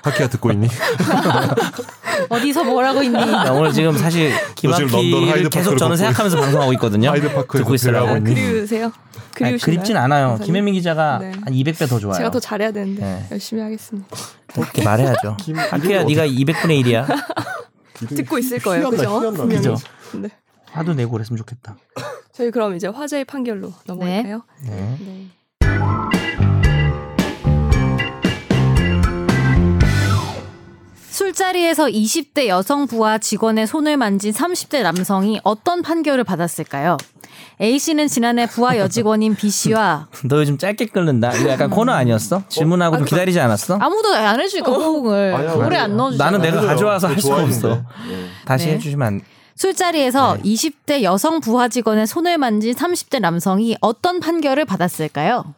S4: 학기야 듣고 있니?
S2: 어디서 뭐라고 있니?
S3: 나 그러니까 오늘 지금 사실
S4: 너 지금 런던
S3: 김학기를
S4: 하이드
S3: 계속
S4: 파크로
S3: 저는
S4: 걷고
S3: 생각하면서 방송하고 있거든요.
S4: 하이드 파크에서
S3: 듣고 있어요.
S4: 대화하고
S1: 아,
S4: 있니?
S1: 그리우세요?
S3: 아니,
S1: 그리우신가요?
S3: 그립진 않아요.
S1: 감사합니다.
S3: 김혜민 기자가
S1: 네.
S3: 한 200배 더 좋아요.
S1: 제가 더 잘해야 되는데
S3: 네.
S1: 열심히 하겠습니다.
S3: 그렇게 말해야죠. 학기야, 네가 200분의 1이야.
S1: 듣고 그 있을 거예요. 그죠? 분명히.
S3: 그죠?
S1: 네.
S3: 화도 내고 그랬으면 좋겠다.
S1: 저희 그럼 이제 화제의 판결로 넘어갈까요?
S3: 네.
S1: 네.
S2: 술자리에서 20대 여성 부하 직원의 손을 만진 30대 남성이 어떤 판결을 받았을까요? A 씨는 지난해 부하 여직원인 B 씨와
S3: 너 요즘 짧게 끓는다. 이거
S1: 음.
S3: 약간 코너 아니었어? 질문하고 좀
S1: 그
S3: 기다리지 않았어?
S2: 아무도 안 해주니까 호응을
S4: 아니야,
S2: 오래
S4: 아니야.
S2: 안 넣어주잖아.
S3: 나는 내가 가져와서 할 수가 없어.
S4: 좋아했는데. 네.
S3: 다시
S2: 네.
S3: 해주시면 안
S2: 술자리에서 20대 여성 부하 직원의 손을 만진 30대 남성이 어떤 판결을 받았을까요?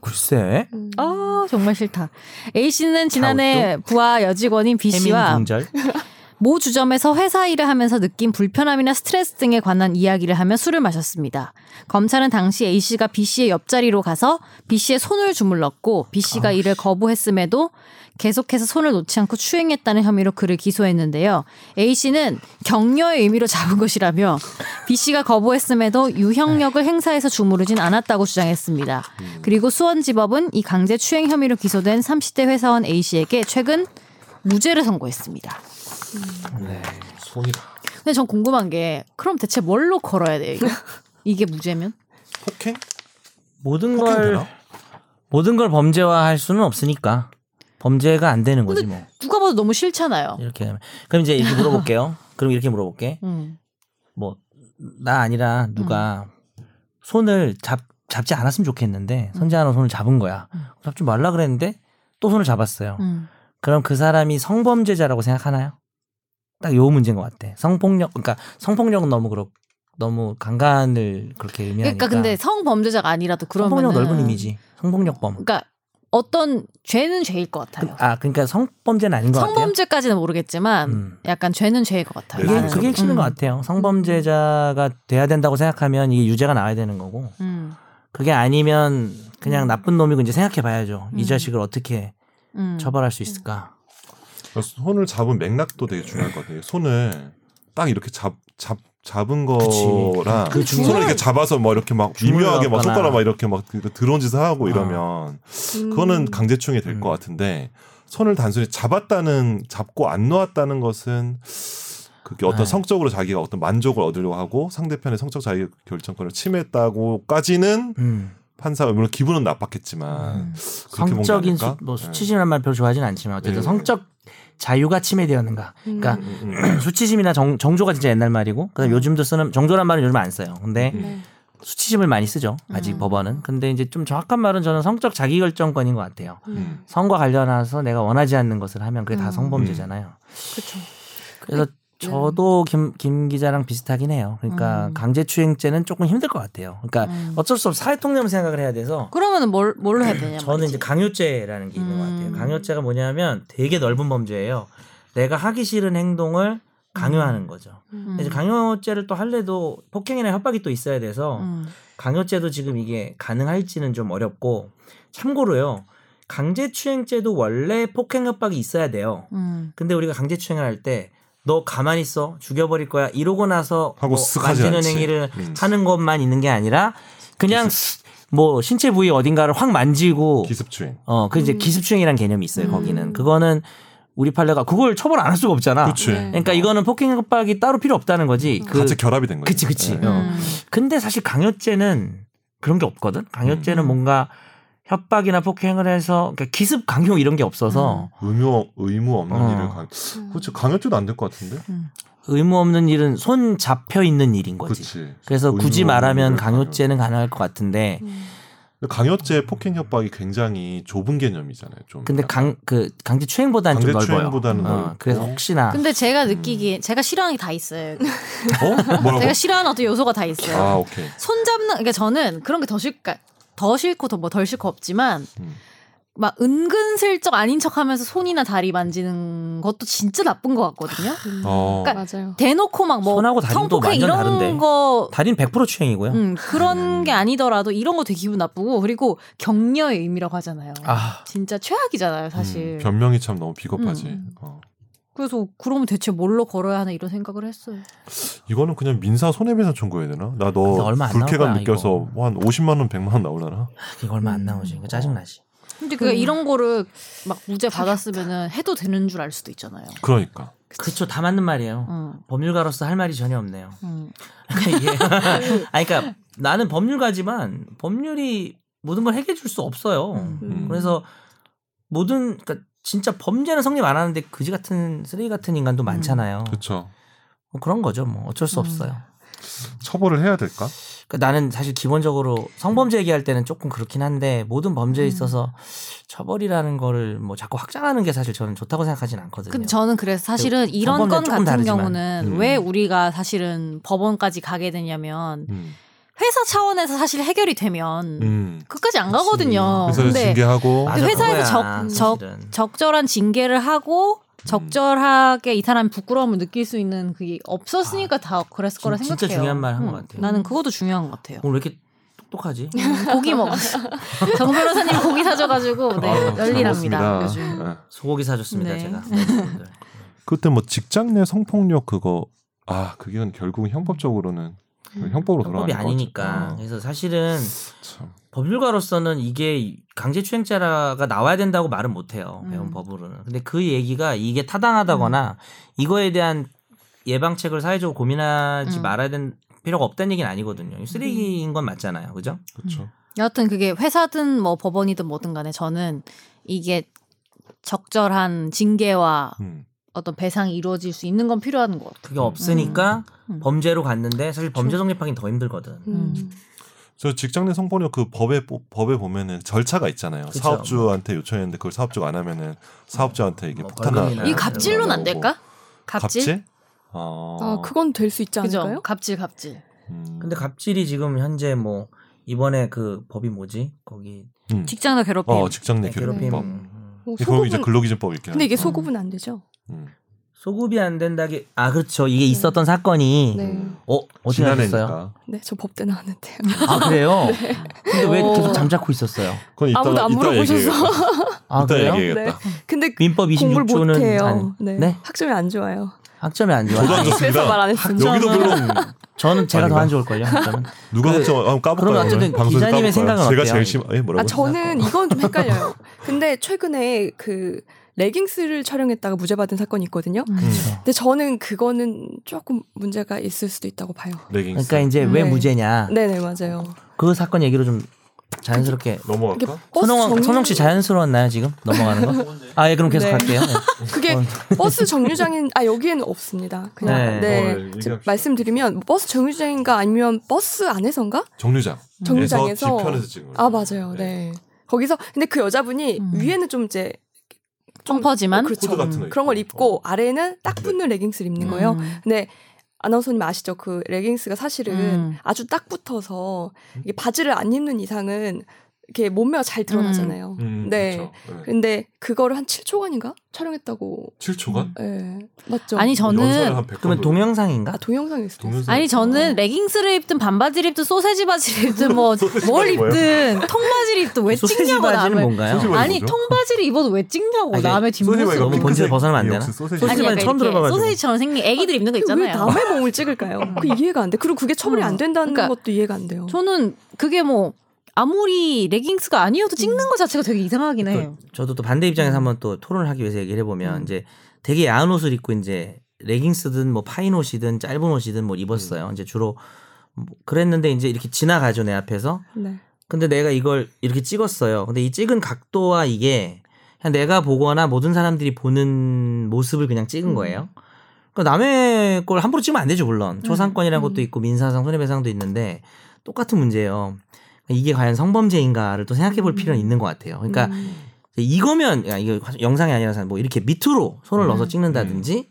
S3: 글쎄.
S1: 음.
S2: 아 정말 싫다. A 씨는 지난해 부하 여직원인 B
S3: 혜민
S2: 씨와
S3: 동절.
S2: 모 주점에서 회사 일을 하면서 느낀 불편함이나 스트레스 등에 관한 이야기를 하며 술을 마셨습니다. 검찰은 당시 A 씨가 B 씨의 옆자리로 가서 B 씨의 손을 주물렀고 B 씨가 이를 거부했음에도 계속해서 손을 놓지 않고 추행했다는 혐의로 그를 기소했는데요. A 씨는 격려의 의미로 잡은 것이라며 B 씨가 거부했음에도 유형력을 행사해서 주무르진 않았다고 주장했습니다. 그리고 수원지법은 이 강제 추행 혐의로 기소된 30대 회사원 A 씨에게 최근 무죄를 선고했습니다.
S4: 손이
S2: 근데 전 궁금한 게 그럼 대체 뭘로 걸어야 돼요? 이거? 이게 무죄면?
S4: 폭행?
S3: 모든
S4: 폭행
S3: 걸
S4: 되나?
S3: 모든 걸 범죄화할 수는 없으니까 범죄가 안 되는 거지 뭐
S2: 누가 봐도 너무 싫잖아요.
S3: 이렇게 하면. 그럼 이제 이렇게 물어볼게요. 그럼 이렇게 물어볼게.
S2: 음.
S3: 뭐 나 아니라 누가 손을 잡 잡지 않았으면 좋겠는데 선재하는 손을 잡은 거야.
S2: 음.
S3: 잡지 말라 그랬는데 또 손을 잡았어요.
S2: 음.
S3: 그럼 그 사람이 성범죄자라고 생각하나요? 딱 요 문제인 것 같아. 성폭력 그러니까 성폭력은 너무 그렇 너무 강간을 그렇게 의미하니까.
S2: 그러니까 근데 성범죄자가 아니라도 그러면
S3: 성폭력 넓은 이미지. 성폭력범.
S2: 그러니까 어떤 죄는 죄일 것
S3: 그-
S2: 같아요.
S3: 아 그러니까 성범죄는 아닌 것 같아요.
S2: 성범죄까지는 모르겠지만
S3: 음.
S2: 약간 죄는 죄일 것 같아요. 음.
S4: 네,
S3: 그게,
S2: 나는.
S4: 죄는
S3: 그게 핵심인 것 같아요. 성범죄자가 돼야 된다고 생각하면 이게 유죄가 나와야 되는 거고
S2: 음.
S3: 그게 아니면 그냥 나쁜 놈이고 이제 생각해 봐야죠. 이
S2: 음.
S3: 자식을 어떻게
S2: 음.
S3: 처벌할 수 있을까.
S4: 손을 잡은 맥락도 되게 중요할 것 같아요. 손을 딱 이렇게 잡, 잡, 잡은
S3: 그치.
S4: 거랑
S3: 그
S4: 손을 이렇게 잡아서 막 이렇게 막
S3: 주물러
S4: 미묘하게 막
S3: 갖거나.
S4: 손가락 막 이렇게 막 들어온 짓을 하고
S3: 아.
S4: 이러면
S1: 음.
S4: 그거는 강제충이 될
S3: 음.
S4: 것 같은데 손을 단순히 잡았다는 잡고 안 놓았다는 것은 그게 어떤
S3: 네.
S4: 성적으로 자기가 어떤 만족을 얻으려고 하고 상대편의 성적 자유 결정권을 침해했다고까지는
S3: 음.
S4: 판사 물론 기분은 나빴겠지만
S3: 음.
S4: 그렇게 본게
S3: 성적인 수,
S4: 아닐까?
S3: 뭐
S4: 네.
S3: 수치심이라는 말 별로 좋아하진 않지만 어쨌든
S4: 네.
S3: 성적 자유가 침해되었는가. 그러니까
S1: 음.
S4: 음, 음.
S3: 수치심이나 정, 정조가 진짜 옛날 말이고 그다음 요즘도 쓰는 정조란 말은 요즘 안 써요. 근데
S4: 음.
S1: 네.
S3: 수치심을 많이 쓰죠. 아직
S2: 음.
S3: 법원은. 근데 이제 좀 정확한 말은 저는 성적 자기결정권인 것 같아요.
S4: 음.
S3: 성과 관련해서 내가 원하지 않는 것을 하면 그게 다
S2: 음.
S3: 성범죄잖아요.
S1: 그렇죠.
S3: 그래서 저도 김, 김 기자랑 비슷하긴 해요. 그러니까
S2: 음.
S3: 강제추행죄는 조금 힘들 것 같아요. 그러니까
S2: 음.
S3: 어쩔 수 없이 사회통념 생각을 해야 돼서
S2: 그러면은 뭘 뭘로 해야 되냐?
S3: 저는
S2: 말이지.
S3: 이제 강요죄라는 게 있는 것 같아요.
S2: 음.
S3: 강요죄가 뭐냐면 되게 넓은 범죄예요. 내가 하기 싫은 행동을 강요하는 거죠.
S2: 음.
S3: 이제 강요죄를 또 할래도 폭행이나 협박이 또 있어야 돼서
S2: 음.
S3: 강요죄도 지금 이게 가능할지는 좀 어렵고 참고로요. 강제추행죄도 원래 폭행 협박이 있어야 돼요.
S2: 음.
S3: 근데 우리가 강제추행을 할 때 너 가만히 있어 죽여버릴 거야 이러고 나서
S4: 하고
S3: 뭐
S4: 쓱 하지
S3: 만지는
S4: 않지.
S3: 행위를
S4: 음.
S3: 하는 것만 있는 게 아니라 그냥 뭐 신체 부위 어딘가를 확 만지고
S4: 기습추행.
S3: 어, 그 이제
S1: 음.
S3: 기습추행이라는 개념이 있어요,
S2: 음.
S3: 거기는. 그거는 우리 판례가 그걸 처벌 안 할 수가 없잖아.
S4: 그치.
S1: 네.
S3: 그러니까 이거는 폭행 협박이 따로 필요 없다는 거지. 그,
S4: 같이 결합이 된 거죠.
S3: 그치, 그치.
S4: 네.
S3: 어.
S2: 음.
S3: 근데 사실 강요죄는 그런 게 없거든. 강요죄는
S4: 음.
S3: 뭔가 협박이나 폭행을 해서 그러니까 기습 강요 이런 게
S4: 음.
S3: 없어서
S4: 의무 의무 없는
S3: 어.
S4: 일을 강. 그렇죠. 강요죄도 안 될 것 같은데.
S3: 의무 없는 일은 손 잡혀 있는 일인 거지.
S4: 그렇지.
S3: 그래서
S4: 의무
S3: 굳이
S4: 없는
S3: 말하면
S4: 일을 강요.
S3: 강요죄는 가능할 것 같은데
S1: 음.
S4: 강요죄 폭행 협박이 굉장히 좁은 개념이잖아요. 좀.
S3: 근데 강 그 강제 추행보다는 좀 넓어요.
S4: 음. 강제추행보다는 뭐
S3: 어, 그래서
S4: 넓고.
S3: 혹시나
S2: 근데 제가 느끼기에 제가 싫어하는 게 다 있어요.
S4: 어? 뭐라고?
S2: 제가 싫어하는 어떤 요소가 다 있어요.
S4: 아 오케이.
S2: 손 잡는 그러니까 저는 그런 게 더 싫까 그러니까 더 싫고 더 뭐 덜 싫고 없지만
S4: 음.
S2: 막 은근슬쩍 아닌 척하면서 손이나 다리 만지는 것도 진짜 나쁜 것 같거든요.
S4: 어.
S2: 그러니까
S1: 맞아요.
S2: 대놓고 막
S3: 손하고
S2: 뭐
S3: 다리는 또
S2: 성폭행
S3: 완전
S2: 이런
S3: 다른데.
S2: 거
S3: 다리는 100% 추행이고요.
S2: 음, 그런
S4: 음.
S2: 게 아니더라도 이런 거 되게 기분 나쁘고 그리고 격려의 의미라고 하잖아요.
S3: 아,
S2: 진짜 최악이잖아요, 사실.
S4: 음, 변명이 참 너무 비겁하지.
S2: 음.
S4: 어.
S2: 그래서 그러면 대체 뭘로 걸어야 하나 이런 생각을 했어요.
S4: 이거는 그냥 민사 손해배상 청구해야 되나? 나
S3: 근데
S4: 너
S3: 얼마 안 나올
S4: 불쾌감
S3: 거야,
S4: 느껴서 뭐한 50만 원, 100만 원 나오려나?
S3: 이거 얼마 안 나오지. 그러니까 짜증나지.
S2: 근데 그게
S3: 음.
S2: 이런 거를 막 무죄 받았으면은 해도 되는 줄 알 수도 있잖아요.
S4: 그러니까.
S3: 그쵸, 다 맞는 말이에요.
S2: 음,
S3: 법률가로서 할 말이 전혀 없네요.
S2: 음.
S3: 이게 아, 그러니까 나는 법률가지만 법률이 모든 걸 해결해 줄 수 없어요.
S4: 음.
S3: 그래서 모든, 그러니까 진짜 범죄는 성립 안 하는데 그지 같은 쓰레기 같은 인간도 많잖아요.
S4: 그렇죠.
S3: 뭐 그런 거죠, 뭐 어쩔 수
S2: 음.
S3: 없어요.
S4: 처벌을 해야 될까?
S3: 그러니까 나는 사실 기본적으로 성범죄 얘기할 때는 조금 그렇긴 한데 모든 범죄에
S2: 음.
S3: 있어서 처벌이라는 거를 뭐 자꾸 확장하는 게 사실 저는 좋다고 생각하진 않거든요.
S2: 근데 저는 그래서 사실은 이런
S3: 전범이랑
S2: 건
S3: 조금
S2: 같은
S3: 다르지만.
S2: 경우는
S4: 음.
S2: 왜 우리가 사실은 법원까지 가게 되냐면
S4: 음.
S2: 회사 차원에서 사실 해결이 되면
S4: 음.
S2: 끝까지 안
S3: 그치.
S2: 가거든요.
S4: 회사를
S2: 어, 근데
S4: 징계하고
S3: 맞아,
S2: 회사에서
S3: 그거야,
S2: 적- 적-
S3: 사실은.
S2: 적절한 징계를 하고
S3: 음.
S2: 적절하게 이 사람이 부끄러움을 느낄 수 있는 그게 없었으니까 다 그랬을 거라
S3: 아, 진-
S2: 생각해요.
S3: 진짜 중요한 말한것
S2: 음,
S3: 같아요. 음.
S2: 나는 그것도 중요한 것 같아요.
S3: 오늘 왜 이렇게 똑똑하지?
S2: 고기 먹었어요. 정 변호사님 고기 사줘가지고 네,
S4: 아유, 잘
S2: 열일합니다.
S4: 먹었습니다.
S2: 요즘.
S4: 예.
S3: 소고기 사줬습니다
S2: 네.
S3: 제가. 네, 여러분들.
S4: 그때 뭐 직장 내 성폭력 그거 아 그게 결국 형법적으로는 형법으로
S3: 음. 형법이
S2: 그러니까
S4: 돌아가는
S3: 아니니까.
S4: 거죠.
S3: 그래서 사실은
S4: 어, 참.
S3: 법률가로서는 이게 강제추행죄가 나와야 된다고 말은 못해요.
S2: 음.
S3: 배운 법으로는. 근데 그 얘기가 이게 타당하다거나 이거에 대한 예방책을 사회적으로 고민하지
S2: 음.
S3: 말아야 된 필요가 없다는 얘기는 아니거든요. 쓰레기인 건 맞잖아요, 그죠?
S4: 그렇죠.
S2: 여하튼 그게 회사든 뭐 법원이든 뭐든 간에 저는 이게 적절한 징계와
S4: 음.
S2: 어떤 배상이 이루어질 수 있는 건 필요한 것 같아요.
S3: 그게 없으니까
S2: 음. 그렇죠.
S3: 범죄로 갔는데 사실 범죄 성립하기는 더 힘들거든.
S1: 음.
S4: 저 직장 내 성폭력 그 법에 보- 벌에 보면은 절차가 있잖아요.
S3: 그쵸.
S4: 사업주한테 요청했는데 그걸 사업주가 안 하면은 사업자한테 이게
S3: 뭐
S4: 폭탄 나.
S3: 벌금이나
S2: 이 갑질로는 안 될까? 네, 갑질?
S4: 갑질? 어.
S1: 아 그건 될 수 있지
S2: 그죠?
S1: 않을까요?
S2: 갑질, 갑질.
S4: 음.
S3: 근데 갑질이 지금 현재 뭐 이번에 그 법이 뭐지? 거기
S4: 음.
S2: 직장 내 괴롭힘.
S4: 어 직장
S3: 네,
S4: 내 괴롭힘 법.
S3: 음.
S1: 뭐
S4: 그럼 이제 그렇죠.
S1: 소급은
S4: 근로기준법 이렇게.
S1: 근데 이게
S4: 하니까.
S1: 소급은 안 되죠.
S4: 음.
S3: 소급이 안 된다기 아 그렇죠
S2: 네.
S3: 이게 있었던 사건이
S4: 음.
S1: 네.
S3: 어 어떻게 하셨어요?
S4: 지난해니까.
S1: 네, 저 법대 나왔는데요.
S4: 음.
S3: 아 그래요?
S1: 네.
S3: 근데 왜
S2: 오.
S3: 계속 잠자코 있었어요?
S4: 그건 이따가,
S1: 아무도 안
S4: 이따
S1: 물어보셔서.
S4: 얘기해야겠다.
S3: 아
S4: 이따
S3: 그래요?
S4: 얘기해야겠다.
S1: 근데
S3: 민법
S1: 공부를
S3: 26조는
S1: 못 해요.
S3: 안-
S1: 네.
S3: 네?
S1: 학점이 안 좋아요.
S3: 학점이 안 좋아.
S4: 저도 안 좋습니다.
S1: 그래서 말 안 했습니다.
S4: 여기도 별로
S3: 저는 제가 더
S4: 아닌가?
S3: 안 좋을 걸요.
S4: 누가
S3: 그-
S4: 합쳐 한번 까볼까요?
S3: 그럼 어쨌든
S4: 오늘? 방송에서
S3: 기자님의
S4: 까볼까요?
S3: 생각은
S4: 제가
S3: 어때요?
S4: 제일 심. 예 뭐라고?
S1: 아 저는 이건 좀 헷갈려요. 근데 최근에 그 레깅스를 촬영했다가 무죄 받은 사건이 있거든요.
S2: 음.
S3: 음.
S4: 음.
S1: 근데 저는 그거는 조금 문제가 있을 수도 있다고 봐요.
S4: 레깅스.
S3: 그러니까 이제 왜
S1: 네.
S3: 무죄냐?
S1: 네네 맞아요.
S3: 그 사건 얘기로 좀 자연스럽게
S1: 이게
S4: 넘어갈까?
S1: 버스
S3: 선홍 선홍 씨 자연스러웠나요 지금 넘어가는 거? 아 예 그럼 계속
S1: 네.
S3: 갈게요. 네.
S1: 그게
S4: 어.
S1: 버스 정류장인 아 여기에는 없습니다. 그냥
S3: 네.
S1: 네,
S4: 어, 네,
S1: 저-
S4: 얘기합시다.
S1: 말씀드리면 버스 정류장인가 아니면 버스 안에선가
S4: 정류장.
S1: 정류장에서
S4: 뒤편에서 찍은 거죠.
S1: 아 맞아요. 네. 거기서 근데 그 여자분이
S2: 음. 위에는
S1: 위에는 좀 이제
S2: 점퍼지만
S1: 그렇죠.
S4: 코드 같은 거
S1: 그런 걸 입고
S4: 어.
S1: 아래는 딱 붙는 레깅스를 입는 거예요.
S2: 음.
S1: 근데 아나운서님 아시죠? 그 레깅스가 사실은
S2: 음.
S1: 아주 딱 붙어서 이게 바지를 안 입는 이상은 이렇게 몸매가 잘 드러나잖아요.
S4: 음,
S1: 네.
S4: 그렇죠. 네.
S1: 근데 그거를 한 7초간인가 촬영했다고.
S4: 7초간?
S1: 예. 맞죠?
S2: 아니
S4: 연설을
S2: 저는
S4: 한 100번
S3: 그러면
S4: 돌려.
S3: 동영상인가?
S1: 아, 동영상일 수도 있어요.
S4: 동영상.
S2: 아니 저는 레깅스를 입든 반바지를 입든 소세지 바지를 입든 뭐 뭘 입든 통바지를 입든 왜
S3: 소세지
S2: 찍냐고
S3: 바지는
S2: 남을
S3: 뭔가요?
S4: 소세지 바지
S2: 아니
S4: 뭐죠?
S2: 통바지를 입어도 왜 찍냐고
S3: 아니,
S2: 남의
S4: 소세지
S2: 뒷모습
S4: 말고
S3: 너무
S4: 핑크색
S3: 본질 벗어나면 안
S4: 이
S3: 되나?
S4: 혹시 소세지
S3: 소세지
S4: 말고
S3: 바지 처음 들어봐가지고.
S2: 소세지처럼 생긴 애기들 입는 거
S1: 왜
S2: 있잖아요. 음.
S1: 남의 몸을 찍을까요? 그 이해가 안 돼. 그리고 그게 처벌이 안 된다는
S2: 그러니까
S1: 것도 이해가 안 돼요.
S2: 저는 그게 뭐 아무리 레깅스가 아니어도 찍는 거 자체가 되게 이상하긴 해요.
S3: 저도 또 반대 입장에서 한번 또 토론을 하기 위해서 얘기를 해보면
S2: 음.
S3: 이제 되게 야한 옷을 입고 이제 레깅스든 뭐 파인 옷이든 짧은 옷이든 뭐 입었어요. 이제 주로 뭐 그랬는데 이제 이렇게 지나가죠 내 앞에서.
S1: 네.
S3: 근데 내가 이걸 이렇게 찍었어요. 근데 이 찍은 각도와 이게 그냥 내가 보거나 모든 사람들이 보는 모습을 그냥 찍은 거예요. 그러니까 남의 걸 함부로 찍으면 안 되죠 물론 초상권이라는 것도 있고 민사상 손해배상도 있는데 똑같은 문제예요. 이게 과연 성범죄인가를 또 생각해볼 필요는 있는 것 같아요. 그러니까
S1: 음.
S3: 이거면 야, 이거 영상이 아니라서 뭐 이렇게 밑으로 손을
S4: 음,
S3: 넣어서 찍는다든지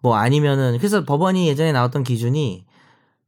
S3: 뭐 아니면은 그래서 법원이 예전에 나왔던 기준이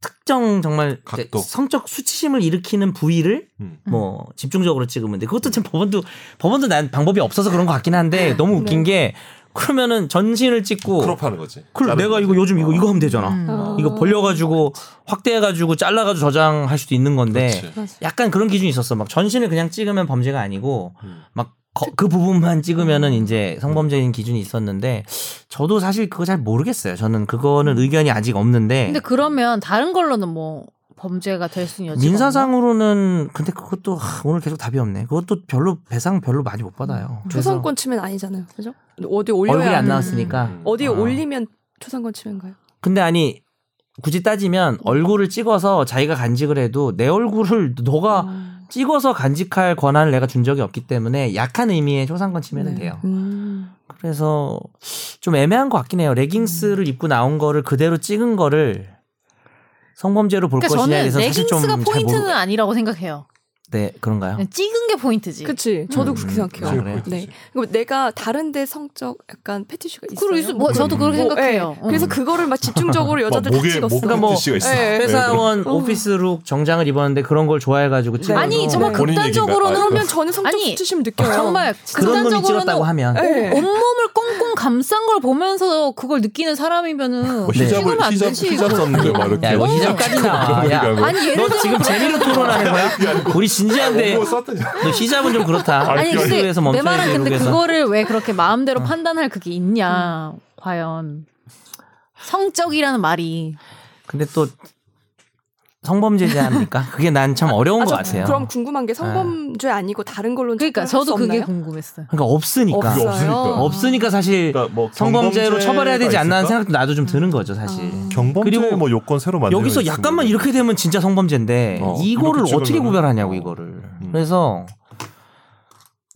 S3: 특정 정말
S4: 각도.
S3: 성적 수치심을 일으키는 부위를
S4: 음.
S3: 뭐 집중적으로 찍으면 돼. 그것도 참 법원도 법원도 난 방법이 없어서 그런 것 같긴 한데 너무 웃긴 게 그러면은 전신을 찍고
S4: 크롭하는 거지.
S3: 뭐 그래
S4: 자르는
S3: 내가
S4: 거지. 어,
S3: 이거 요즘 이거 이거 하면 되잖아.
S2: 음.
S1: 아.
S3: 이거 벌려가지고 확대해가지고 잘라가지고 저장할 수도 있는 건데
S4: 그렇지.
S3: 약간 그런 기준이 있었어. 막 전신을 그냥 찍으면 범죄가 아니고
S4: 음.
S3: 막 그 부분만 찍으면은 이제 성범죄인 기준이 있었는데 저도 사실 그거 잘 모르겠어요. 저는 그거는 의견이 아직 없는데
S2: 근데 그러면 다른 걸로는 뭐 범죄가 될 수는 여지가 없나?
S3: 민사상으로는 근데 그것도 하, 오늘 계속 답이 없네. 그것도 별로 배상 별로 많이 못 받아요. 그래서
S1: 초상권 치면 아니잖아요. 그죠? 어디 올려야
S3: 얼굴이 안
S1: 하는-
S3: 나왔으니까.
S4: 음.
S1: 어디에
S3: 아.
S1: 올리면 초상권 치면가요?
S3: 근데 아니 굳이 따지면 얼굴을 찍어서 자기가 간직을 해도 내 얼굴을 너가
S1: 아,
S3: 찍어서 간직할 권한을 내가 준 적이 없기 때문에 약한 의미의 초상권 치면 은
S1: 네.
S3: 돼요.
S1: 음.
S3: 그래서 좀 애매한 것 같긴 해요. 레깅스를
S2: 음.
S3: 입고 나온 거를 그대로 찍은 거를 성범죄로 볼
S2: 그러니까
S3: 것이냐에
S2: 저는
S3: 대해서 사실 좀
S2: 레깅스가
S3: 잘
S2: 포인트는
S3: 모르.
S2: 아니라고 생각해요.
S3: 네 그런가요?
S2: 그냥 찍은 게 포인트지.
S1: 그치. 저도
S3: 음,
S1: 그렇게
S3: 음,
S1: 생각해요.
S3: 아, 그래요?
S1: 네. 그리고 내가 다른데 성적 약간 패티슈가 있어요.
S2: 그리고 뭐 저도 그렇게
S1: 뭐,
S2: 생각해요. 음.
S1: 예. 그래서 그거를 막 집중적으로 여자들 다
S4: 목에
S1: 찍었어.
S4: 목
S3: 그러니까 뭐-
S4: 패티시가 있어. 네,
S1: 예, 예.
S3: 회사원 오피스룩 정장을 입었는데 그런 걸 좋아해가지고 찍은
S2: 네. 아니
S3: 거.
S2: 정말
S4: 본인
S2: 극단적으로는
S4: 얘기인가?
S1: 그러면 저는 성적
S2: 아니,
S1: 수치심 느껴요.
S2: 정말
S3: 그러니까 아, 그렇죠. 그런 놈이 찍었다고
S2: 극단적으로는 어,
S3: 하면
S1: 예.
S2: 온몸을 꽁꽁 감싼 걸 보면서 그걸 느끼는 사람이면은
S4: 뭐
S2: 찍으면
S4: 히잡을
S2: 안
S4: 히잡
S2: 되지.
S4: 히잡 썼는데 막 이렇게.
S3: 네. 야 이거
S2: 어.
S3: 시작까지 나와. 야,
S4: 그러니까
S2: 아니 예를
S3: 너
S2: 들어
S3: 지금 재미로 토론하는 거야? 우리 진지한데
S4: 뭐 썼더니
S3: 너 시잡은 좀 그렇다.
S2: 아니 근데
S3: 미국에서
S2: 내 말은
S3: 멈춰야지 어.
S2: 근데
S3: 미국에서.
S2: 그거를 왜 그렇게 마음대로 판단할 그게 있냐 과연 성적이라는 말이
S3: 근데 또 성범죄지 않습니까? 그게 난 참 어려운 것 같아요.
S1: 그럼 궁금한 게 성범죄 아니고 다른 걸로
S2: 예. 그러니까 저도 그게 궁금했어요.
S3: 그러니까 없으니까.
S4: 그게 없으니까.
S1: 어.
S3: 없으니까 사실
S4: 그러니까 뭐
S3: 성범죄로
S4: 경범죄가
S3: 처벌해야 되지 않나 하는
S4: 있을까?
S3: 생각도 나도 좀 드는 거죠, 사실.
S1: 아.
S4: 경범죄
S3: 그리고
S4: 뭐 요건 새로 만들
S3: 여기서 약간만 이렇게 되면 진짜 성범죄인데
S4: 어,
S3: 이거를
S4: 이렇게
S3: 어떻게
S4: 찍으면은-
S3: 구별하냐고
S4: 어.
S3: 이거를.
S4: 음.
S3: 그래서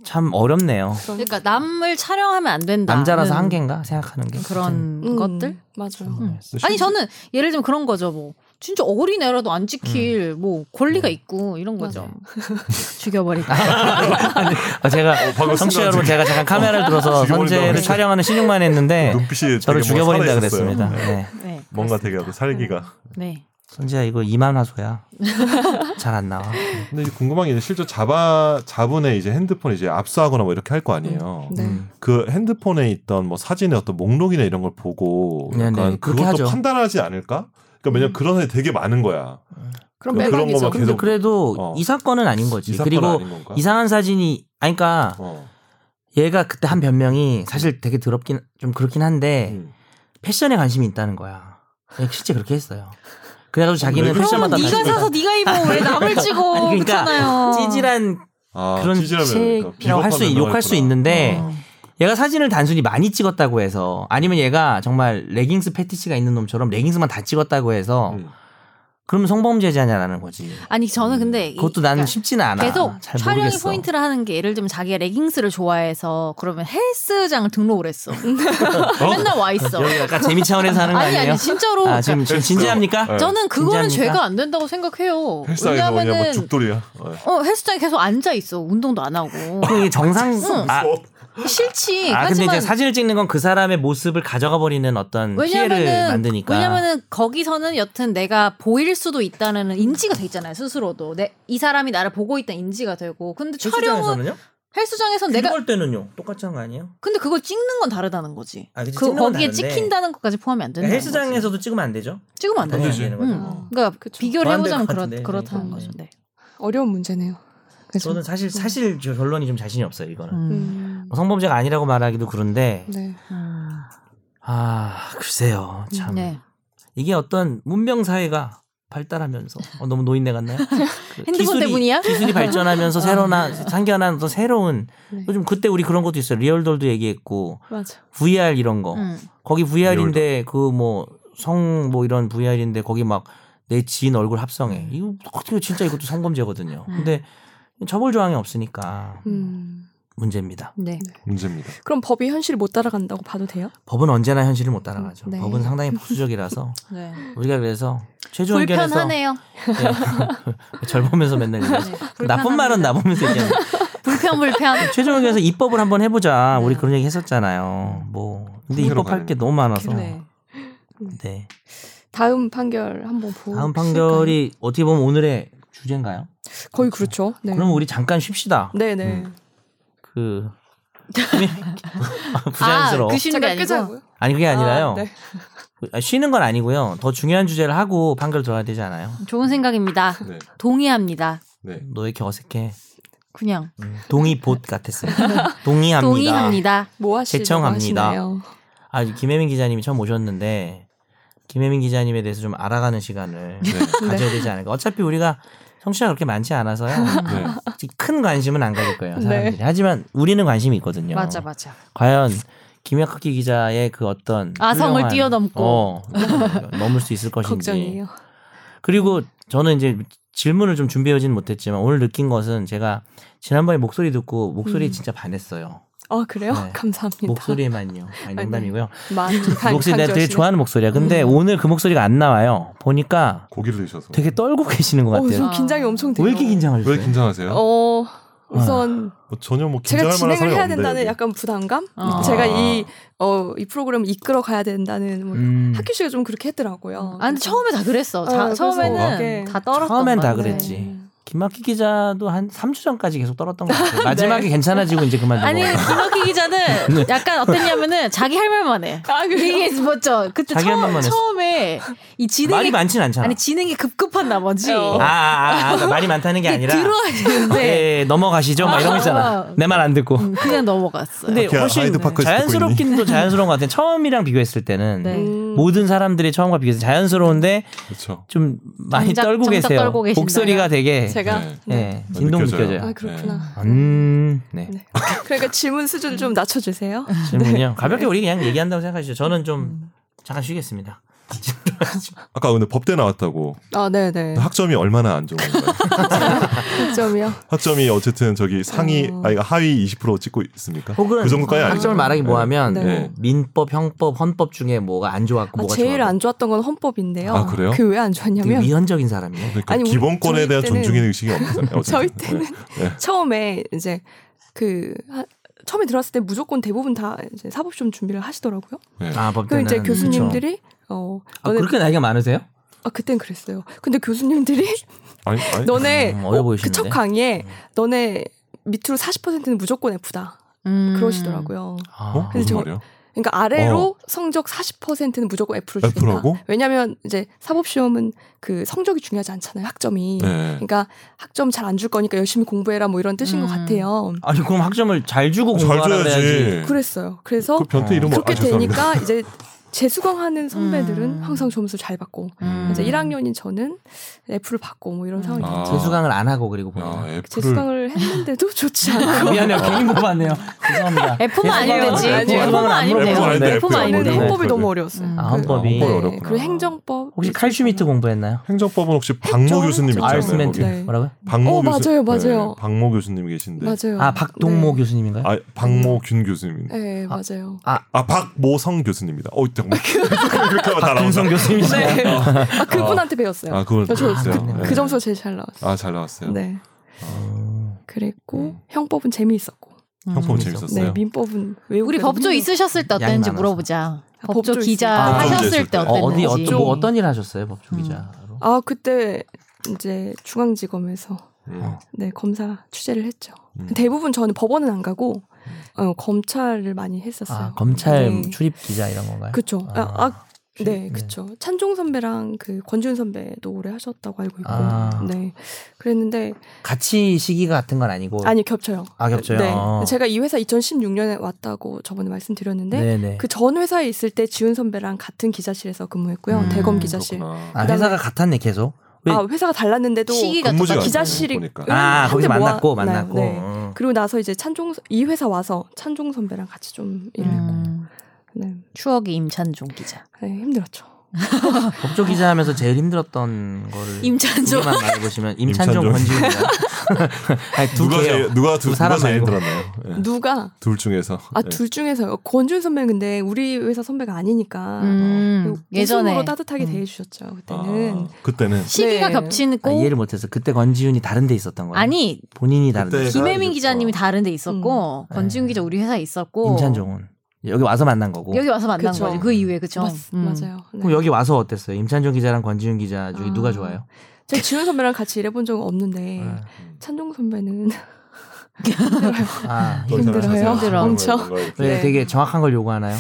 S3: 참 어렵네요.
S2: 그러니까 남을 촬영하면 안 된다. 음,
S3: 남자라서 한계인가 생각하는 게.
S2: 그런 것들.
S1: 음, 맞아요.
S3: 음.
S2: 아니 저는 예를 들면 그런 거죠. 뭐 진짜 어린애라도 안 찍힐
S3: 음.
S2: 뭐 권리가
S3: 네.
S2: 있고 이런 거죠. 죽여버리고.
S3: 아, 제가
S4: 어, 방금
S3: 청취자
S4: 순간
S3: 여러분 제가 잠깐 카메라를 들어서
S4: 죽여버린다고
S3: 선재를
S4: 했어요.
S3: 촬영하는 신용만 했는데
S4: 눈빛이
S3: 저를
S4: 되게 뭔가
S3: 죽여버린다
S4: 살아있었어요.
S3: 그랬습니다. 음.
S4: 네.
S3: 네.
S2: 네.
S4: 뭔가 되게 하고 살기가.
S2: 네.
S3: 선재야 이거 이만 화소야. 잘 안 나와.
S4: 근데 이제 궁금한 게 이제 실제 잡아 잡은의 이제 핸드폰 이제 압수하거나 뭐 이렇게 할 거 아니에요.
S1: 네.
S3: 음.
S4: 그 핸드폰에 있던 뭐 사진의 어떤 목록이나 이런 걸 보고
S3: 네,
S4: 약간
S3: 네. 그렇게
S4: 그것도
S3: 하죠.
S4: 판단하지 않을까? 그러니까 왜냐면 그런 애 되게 많은 거야. 그러니까
S1: 그럼
S4: 그런
S1: 빼박이죠.
S4: 거만
S3: 근데
S4: 아, 계속-
S3: 그래도
S4: 어.
S3: 이 사건은 아닌 거지.
S4: 이 사건
S3: 그리고
S4: 아닌 건가?
S3: 이상한 사진이 아니 그러니까
S4: 어.
S3: 얘가 그때 한 변명이 사실 되게 더럽긴 좀 그렇긴 한데
S4: 음.
S3: 패션에 관심이 있다는 거야. 그냥 실제 그렇게 했어요. 그래가지고 자기는
S4: 왜 그래?
S2: 그럼
S3: 패션마다
S4: 다시
S2: 네가
S3: 관심이
S2: 사서
S3: 있다.
S2: 네가 입어 왜 남을 찍어
S3: 아니, 그러니까
S2: 그렇잖아요.
S3: 찌질한
S4: 아,
S3: 그런
S4: 찌질하면 그러니까
S3: 책이라고 할 수
S4: 비겁하면
S3: 욕할 수
S4: 나왔구나.
S3: 있는데
S2: 어.
S3: 얘가 사진을 단순히 많이 찍었다고 해서 아니면 얘가 정말 레깅스 패티시가 있는 놈처럼 레깅스만 다 찍었다고 해서
S4: 음.
S3: 그럼 성범죄자냐라는 거지.
S2: 아니 저는 근데 이-
S3: 그것도 나는
S2: 그러니까
S3: 쉽지는 않아.
S2: 계속
S3: 잘
S2: 촬영이
S3: 모르겠어.
S2: 포인트를 하는 게 예를 들면 자기가 레깅스를 좋아해서 그러면 헬스장을 등록을 했어. 맨날 와 있어.
S3: 여기 약간 재미 차원에서 하는 거
S2: 아니
S3: 아니에요?
S2: 아니 진짜로 그러니까
S3: 아, 지금, 지금 진지합니까?
S4: 네.
S2: 저는 그거는
S3: 진지합니까?
S2: 죄가 안 된다고
S1: 어,
S2: 생각해요.
S4: 헬스장에서 뭐냐 뭐
S2: 왜냐면은
S4: 죽돌이야. 어.
S2: 어 헬스장에 계속 앉아 있어 운동도 안 하고.
S3: 그게 정상
S2: 응.
S3: 아,
S4: 무서워.
S2: 싫지.
S3: 아 근데
S2: 하지만
S3: 이제 사진을 찍는 건 그 사람의 모습을 가져가 버리는 어떤 피해를
S2: 왜냐면은
S3: 만드니까.
S2: 왜냐면은 거기서는 여튼 내가 보일 수도 있다는 인지가 돼 있잖아요 스스로도 내 이 사람이 나를 보고 있다 는 인지가 되고 근데 촬영은
S3: 촬영에서는요?
S2: 헬스장에서는
S3: 내가
S2: 내가
S3: 그 할 때는요. 똑같이 한 거 아니에요?
S2: 근데 그걸 찍는 건 다르다는 거지.
S3: 아, 그치,
S2: 그
S3: 찍는 건
S2: 거기에
S3: 다른데.
S2: 찍힌다는 것까지 포함이 안 된다.
S3: 헬스장에서도 찍으면 안 되죠?
S2: 찍으면 안
S3: 당연히
S2: 되죠.
S4: 되지.
S3: 되는 거죠.
S2: 음.
S4: 어.
S2: 그러니까
S1: 그쵸.
S2: 비교를
S3: 뭐안
S2: 해보자면
S3: 될것
S2: 그렇,
S3: 같은데,
S2: 그렇다는
S3: 그러니까.
S2: 거죠. 네.
S1: 어려운 문제네요. 그래서
S3: 저는
S2: 음.
S3: 사실 사실 저 결론이 좀 자신이 없어요. 이거는 뭐
S1: 음.
S3: 성범죄가 아니라고 말하기도 그런데
S1: 네.
S2: 음.
S3: 아 글쎄요 참
S2: 네.
S3: 이게 어떤 문명 사회가 발달하면서 어, 너무 노인네 같나요? 그
S2: 핸드폰
S3: 기술이-
S2: 때문이야? 아, 네.
S3: 기술이 발전하면서 새로나 상견한 어떤 새로운
S1: 네.
S3: 요즘 그때 우리 그런 것도 있어요. 리얼돌도 얘기했고
S1: 맞아.
S3: VR 이런 거
S2: 음.
S3: 거기 VR인데 그 뭐 성 뭐 이런 VR인데 거기 막 내 지인 얼굴 합성해 이거 어떻게 진짜 이것도 성범죄거든요.
S2: 네.
S3: 근데 처벌 조항이 없으니까
S1: 음.
S3: 문제입니다.
S2: 네.
S4: 문제입니다.
S1: 그럼 법이 현실을 못 따라간다고 봐도 돼요?
S3: 법은 언제나 현실을 못 따라가죠.
S1: 네.
S3: 법은 상당히 보수적이라서
S2: 네.
S3: 우리가 그래서 최종 의견에서
S2: 불편하네요.
S3: 네. 절 보면서 맨날 얘기하죠.
S2: 불편합니다.
S3: 나쁜 말은 나 보면서 얘기하는
S2: 불편 불편.
S3: 최종 의견에서 입법을 한번 해보자.
S2: 네.
S3: 우리 그런 얘기 했었잖아요. 뭐 근데
S4: 통째로
S3: 입법할
S4: 가는
S3: 게 너무 많아서
S2: 네.
S3: 네.
S1: 다음 판결 한번
S2: 뭐
S1: 보고
S3: 다음 판결이 어떻게 보면 오늘의 주제인가요?
S2: 네.
S1: 거의 그렇죠. 네.
S3: 그럼 우리 잠깐 쉽시다.
S1: 네, 네.
S4: 음.
S3: 그 부자연스러워.
S2: 아, 그 쉬는 게
S1: 잠깐
S2: 아니고.
S1: 끄자고요.
S3: 아니 그게 아니라요.
S1: 아, 네.
S3: 아, 쉬는 건 아니고요. 더 중요한 주제를 하고 판결 들어야 되지 않아요?
S2: 좋은 생각입니다.
S1: 그
S4: 네.
S2: 동의합니다.
S4: 네.
S3: 너 왜 이렇게 어색해?
S2: 그냥
S3: 음, 동의 봇 같았어요. 동의합니다.
S2: 동의합니다.
S1: 뭐 하시려고
S3: 제청합니다.
S1: 하시나요?
S3: 아 김혜민 기자님이 처음 오셨는데 김혜민 기자님에 대해서 좀 알아가는 시간을
S4: 네.
S3: 가져야 되지 않을까. 어차피 우리가 청취자 가 그렇게 많지 않아서요.
S4: 네.
S3: 큰 관심은 안 가질 거예요.
S1: 네.
S3: 사람들이. 하지만 우리는 관심이 있거든요.
S2: 맞아 맞아.
S3: 과연 김혁기 기자의 그 어떤
S2: 아, 성을
S3: 훌륭한-
S2: 뛰어넘고.
S3: 어, 넘을 수 있을 것인지
S1: 걱정이에요.
S3: 그리고 저는 이제 질문을 좀 준비하지는 못했지만 오늘 느낀 것은 제가 지난번에 목소리 듣고 목소리 에
S1: 음.
S3: 진짜 반했어요
S1: 아 그래요?
S3: 네.
S1: 감사합니다.
S3: 목소리에만요 아니
S1: 네.
S3: 농담이고요
S1: 많이
S3: 그
S1: 강-
S3: 목소리 내가 되게
S1: 강조하시네. 음.
S3: 좋아하는 목소리야 근데 오늘 그 목소리가 안 나와요 보니까
S4: 고기를 드셔서.
S3: 되게 떨고 계시는 것
S1: 어우,
S3: 같아요
S1: 좀 긴장이 엄청 돼요.
S3: 왜 이렇게 긴장을
S4: 왜
S3: 했어요? 어.
S4: 긴장하세요?
S1: 어 우선
S4: 네. 뭐 전혀 뭐
S1: 제가
S4: 긴장할 만한
S1: 진행을
S4: 상황이
S1: 해야
S4: 없는데,
S1: 된다는
S4: 여기.
S1: 약간 부담감,
S2: 아.
S1: 제가 이 어, 이 프로그램을 이끌어 가야 된다는 뭐
S3: 음,
S1: 학규 씨가 좀 그렇게 했더라고요.
S2: 아 근데 처음에 다 아, 그랬어. 자,
S1: 어,
S2: 처음에는
S1: 그래서
S2: 다 떨었던
S3: 네. 처음엔 다
S2: 건데.
S3: 아, 그랬지.
S1: 네.
S3: 김학기 기자도 한 3주 전까지 계속 떨었던 것
S1: 네.
S3: 같아요 마지막에 괜찮아지고 이제 그만두고
S2: 아니 김학기
S3: 네.
S2: 기자는 약간 어땠냐면은 자기 할 말만 해.
S1: 아, 그래요?
S2: 이게 뭐죠? 그때
S3: 자기 할
S2: 처음
S3: 말만 했어.
S2: 처음에 이
S3: 말이
S2: 진행이
S3: 많진 않잖아
S2: 아니 진행이 급급한 나머지
S1: 어.
S3: 아, 아, 아, 아, 말이 많다는 게
S2: 이게
S3: 아니라
S2: 들어야 되는데
S3: 예, 넘어가시죠. 막 이런 거 있잖아.
S2: 아. 네,
S3: 내 말 안 듣고.
S2: 그냥 넘어갔어요.
S3: 근데
S4: 이렇게
S3: 훨씬
S4: 하이드파크에서 듣고
S3: 자연스럽긴 또 자연스러운 것 같아요. 처음이랑 비교했을 때는
S2: 네.
S1: 음.
S3: 모든 사람들이 처음과 비교해서 자연스러운데
S4: 그렇죠.
S3: 좀 많이
S2: 정작-
S3: 떨고
S2: 정작
S3: 계세요.
S2: 떨고 계신다면?
S3: 목소리가 되게
S1: 제가
S4: 네.
S3: 예, 진동
S4: 느껴져요.
S3: 느껴져요.
S1: 아 그렇구나.
S3: 음, 네.
S1: 네. 그러니까 질문 수준을 좀 낮춰주세요.
S3: 질문이요. 가볍게 우리 그냥 얘기한다고 생각하시죠. 저는 좀 잠깐 쉬겠습니다.
S4: 아까 근데 법대 나왔다고
S1: 아 네네.
S4: 학점이 얼마나 안 좋은 거예요?
S3: 네.
S1: 학점이요.
S4: 학점이 어쨌든 저기 상위
S1: 어. 그러니까.
S4: 아니 하위 20% 찍고 있습니까?
S3: 혹은
S4: 그 정도까지 아니죠.
S3: 학점을 말하기 뭐하면
S1: 네.
S4: 네.
S3: 민법, 형법, 헌법 중에 뭐가 안 좋았고
S1: 아,
S3: 뭐가
S1: 제일
S3: 좋았고.
S1: 안 좋았던 건 헌법인데요.
S4: 아, 그래요?
S1: 그왜 안
S3: 되게
S1: 좋았냐면
S3: 위헌적인 사람이에요.
S4: 그러니까
S1: 아니, 우리-
S4: 기본권에
S1: 저희
S4: 대한
S1: 때는-
S4: 존중의 의식이 없는 사람.
S1: 저희 때는
S3: 네.
S1: 처음에 이제 그 하- 처음에 들어왔을 때 무조건 대부분 다 이제 사법 시험 준비를 하시더라고요.
S3: 아, 법
S1: 그럼
S3: 때는
S1: 이제
S3: 그쵸.
S1: 교수님들이 어
S3: 아,
S1: 너네
S3: 그렇게 나이가 많으세요?
S1: 아, 그땐 그랬어요. 근데 교수님들이
S4: 아니, 아니
S1: 너네
S3: 네? 음, 어려
S1: 어,
S3: 보이시는데. 음.
S1: 그첫 강의에 너네 밑으로 40%는 무조건 F다
S2: 음.
S1: 그러시더라고요.
S4: 어?
S1: 근데 저-
S4: 무슨 말이야?
S1: 그러니까
S3: 어.
S1: 아래로 성적 40%는 무조건 F를 주겠다.
S4: F라고?
S1: 왜냐하면 이제 사법 시험은 그 성적이 중요하지 않잖아요. 학점이.
S4: 네.
S1: 그러니까 학점 잘 안 줄 거니까 열심히 공부해라 뭐 이런 뜻인
S2: 음.
S1: 것 같아요.
S3: 아니 그럼 학점을 잘 주고
S4: 잘
S3: 공부하라 해야지.
S4: 줘야지.
S1: 그랬어요. 그래서
S4: 네. 그 변태
S3: 어.
S4: 이름
S1: 그렇게
S4: 아, 죄송합니다.
S1: 되니까 이제 재수강하는 선배들은
S2: 음.
S1: 항상 점수 잘 받고
S2: 음.
S1: 이제 1학년인 저는 F를 받고 뭐 이런
S2: 음.
S1: 상황이
S4: 아.
S1: 됐죠.
S3: 재수강을 안 하고 그리고
S4: 아,
S3: 보면.
S4: F를
S1: 재수강을 했는데도 좋지 않아요.
S3: 아, 미안해요 괜히 물어봤네요. 죄송합니다.
S2: F만
S1: 아니면
S3: 재수강은-
S1: 되지.
S3: 재수강은
S1: F만
S3: 안
S2: 아니면 돼요.
S3: 물어보는데.
S4: F만
S2: F만 아니면
S1: 저는
S2: 돼요.
S1: 헌법이
S4: 네.
S1: 너무 어려웠어요.
S2: 음.
S3: 아, 헌법이.
S4: 헌법이
S1: 네,
S4: 어렵구나.
S1: 그리고 행정법
S3: 혹시 칼슘이트 공부했나요?
S4: 행정법은 혹시 박모
S1: 했죠,
S4: 교수님
S1: 했죠.
S4: 있잖아요.
S3: 아르스멘트
S4: 거기.
S1: 네.
S3: 뭐라고요?
S4: 박모
S1: 어,
S4: 교수.
S1: 맞아요,
S4: 네,
S1: 맞아요.
S4: 박모 교수님 계신데.
S1: 맞아요.
S3: 아 박동모 교수님인가요?
S4: 아, 박모균 교수님.
S1: 네, 네, 맞아요.
S4: 아, 박모성 교수님이다. 어, 잠깐만. 그렇게 하면 다
S3: 박근성
S4: 나온다.
S3: 아, 교수님이시네요.
S1: 아 그분한테 배웠어요.
S4: 아, 그건 아,
S1: 저- 저-
S4: 좋았어요.
S1: 그 네. 점수가 제일 잘 나왔어요.
S4: 아, 잘 나왔어요.
S1: 네.
S3: 어,
S1: 그랬고
S4: 음.
S1: 형법은 재미있었고
S4: 형법
S3: 음.
S4: 재밌었어요.
S1: 네, 민법은 외우기
S2: 우리 법조 있으셨을 때
S3: 양이
S2: 어땠는지
S3: 많아서.
S2: 물어보자.
S1: 아,
S2: 법조
S1: 음. 법조
S2: 기자
S3: 있어요. 아,
S2: 하셨을 때
S4: 어,
S3: 어, 어디
S2: 어땠는지.
S3: 어떤 뭐 어떤 일 하셨어요 법조 기자로?
S1: 아 그때 이제 중앙지검에서
S4: 음.
S1: 네 검사 취재를 했죠.
S4: 음.
S1: 대부분 저는 법원은 안 가고 어, 검찰을 많이 했었어요.
S3: 아, 검찰
S1: 네.
S3: 출입 기자 이런 건가요?
S1: 그쵸. 아, 아, 네,
S3: 네.
S1: 그쵸. 찬종 선배랑 그 권지훈 선배도 오래 하셨다고 알고 있고,
S3: 아.
S1: 네, 그랬는데
S3: 같이 시기가 같은 건 아니고.
S1: 아니 겹쳐요.
S3: 아, 겹쳐요?
S1: 네,
S3: 어.
S1: 제가 이 회사 2016년에 왔다고 저번에 말씀드렸는데
S3: 네네.
S1: 그 전 회사에 있을 때 지훈 선배랑 같은 기자실에서 근무했고요.
S3: 음,
S1: 대검 기자실.
S4: 그렇구나.
S3: 아,
S1: 그다음에-
S3: 회사가 같았네 계속. 왜-
S1: 아 회사가 달랐는데도
S2: 시기가
S4: 근무지가
S2: 똑같아.
S4: 있어요,
S1: 기자실이- 음,
S4: 보니까.
S3: 아
S1: 한때
S3: 거기서
S1: 모아-
S3: 만났고
S1: 네,
S3: 만났고.
S1: 네.
S3: 어.
S1: 그리고 나서 이제 찬종 이 회사 와서 찬종 선배랑 같이 좀 일을 했고,
S2: 음,
S1: 네,
S2: 추억의 임찬종 기자.
S1: 네, 힘들었죠.
S3: 법조 기자 하면서 제일 힘들었던 거를
S2: 임찬종.
S3: 만 말해보시면 임찬종
S4: 임찬종.
S3: 권지훈이다. 아니, 두
S4: 누가
S3: 개요.
S4: 제일, 누가 두,
S3: 두
S4: 누가
S3: 사람
S4: 제일
S3: 말고.
S4: 들었나요? 예.
S1: 누가
S4: 둘 중에서. 예.
S1: 아 둘 중에서요. 권준 선배는 근데 우리 회사 선배가 아니니까
S2: 음, 예전에
S1: 예전으로 따뜻하게
S2: 음.
S1: 대해주셨죠
S4: 아,
S1: 그때는.
S4: 그때는
S2: 시기가
S1: 네.
S3: 아,
S2: 겹치고
S3: 이해를 못해서 그때 권지훈이 다른 데 있었던 거예요.
S2: 아니
S3: 본인이 다른 데.
S4: 그때-
S3: 있었어요.
S2: 김혜민
S4: 이제-
S2: 기자님이
S4: 어.
S2: 다른 데 있었고
S3: 음.
S2: 권지훈
S3: 네.
S2: 기자 우리 회사에 있었고
S3: 임찬종은 여기 와서 만난 거고.
S2: 여기 와서 만난
S1: 그쵸.
S2: 거지 그 이후에 그죠?
S1: 맞,
S2: 음.
S1: 맞아요. 네.
S3: 그럼 여기 와서 어땠어요? 임찬종 기자랑 권지훈 기자 중에
S2: 아.
S3: 누가 좋아요?
S1: 제가 지훈 선배랑 같이 일해본 적은 없는데
S4: 네.
S3: 아,
S1: 찬종 선배는
S3: 아,
S4: 또 이상한
S1: 힘들어요.
S4: 사람
S2: 힘들어.
S4: 하는
S1: 엄청.
S4: 거예요, 뭔가 이렇게.
S3: 왜
S1: 네.
S3: 되게 정확한 걸 요구하나요?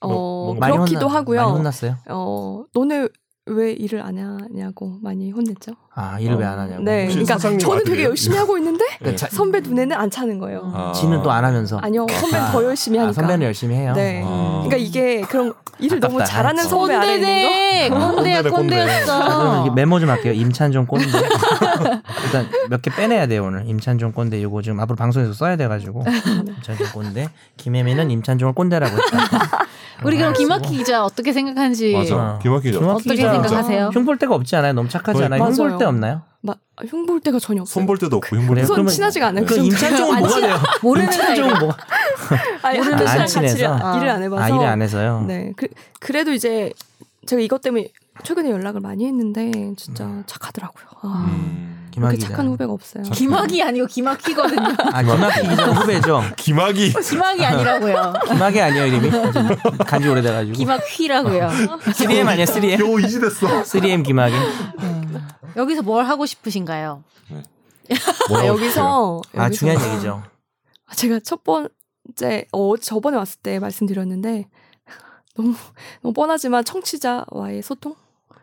S1: 어,
S4: 많이
S1: 그렇기도
S3: 혼나-
S1: 하고요.
S3: 많이 혼났어요?
S1: 어 너네 왜 일을 안 하냐고 많이 혼냈죠.
S3: 아 일을
S4: 어.
S3: 왜 안 하냐고.
S1: 네,
S4: 혹시
S1: 그러니까
S4: 사장님
S1: 저는 되게
S4: 아들이에요?
S1: 열심히 하고 있는데
S3: 그러니까 자-
S1: 선배 눈에는 안 차는 거예요.
S2: 아.
S3: 지는 또 안 하면서.
S1: 아니요, 선배 는더 열심히
S3: 아,
S1: 하니까.
S3: 선배는 열심히 해요.
S1: 네.
S4: 아.
S1: 그러니까 이게 그런 일을 너무
S3: 아깝다.
S1: 잘하는
S3: 어.
S1: 선배 안에 있는 거.
S2: 꼰대야
S4: 꼰대네, 꼰대.
S3: 저는 이게
S2: 꼰대였어.
S3: 메모 좀 할게요. 임찬종 꼰대. 일단 몇 개 빼내야 돼요 오늘. 임찬종 꼰대 요거 지금 앞으로 방송에서 써야 돼가지고 임찬종 꼰대. 김혜민은 임찬종을 꼰대라고 했다.
S2: 우리 그럼
S3: 알겠습니다.
S2: 김학기 기자 어떻게 생각하는지
S4: 맞아.
S3: 어.
S4: 김학기 기자.
S3: 김학기
S2: 어떻게
S3: 기자.
S2: 생각하세요?
S3: 흉볼 데가 없지 않아요? 너무 착하지 않아요?
S1: 맞아요.
S3: 흉볼 데 없나요?
S1: 마, 흉볼 때가 전혀 없어요.
S4: 손볼 때도 없고 네. 흉볼
S3: 그래요?
S4: 때도
S1: 손
S3: 그러면-
S1: 친하지가 않아요.
S3: 그
S1: 그
S3: 임찬종은 뭐가 돼요?
S2: 모르는
S3: 임찬종은 뭐가?
S1: 아니
S3: 모르는
S1: 학교 씨랑
S3: 안
S1: 같이 일을-
S3: 친해서?
S1: 일을 안 해봐서.
S3: 아 일을 안 해서요.
S1: 네. 그, 그래도 이제 제가 이것 때문에 최근에 연락을 많이 했는데 진짜
S3: 음.
S1: 착하더라고요. 아,
S4: 없고. 음.
S1: 이렇게
S3: 김학기 기자.
S1: 착한 후배가 없어요.
S2: 김학이 아니고 김학희거든요.
S3: 아 김학기 기자 후배죠.
S4: 김학이
S2: 김학이 아니라고요.
S3: 김학이 아니에요 이름이? 간지 오래돼가지고.
S2: 김학휘라고요.
S3: 3M 아니야 3M?
S4: 겨우 이지됐어.
S3: 3M 김학이.
S2: 음. 여기서 뭘 하고 싶으신가요?
S1: 아, 여기서,
S3: 아
S1: 여기서
S3: 중요한 얘기죠.
S1: 제가 첫 번째 어 저번에 왔을 때 말씀드렸는데 너무 너무 뻔하지만 청취자와의 소통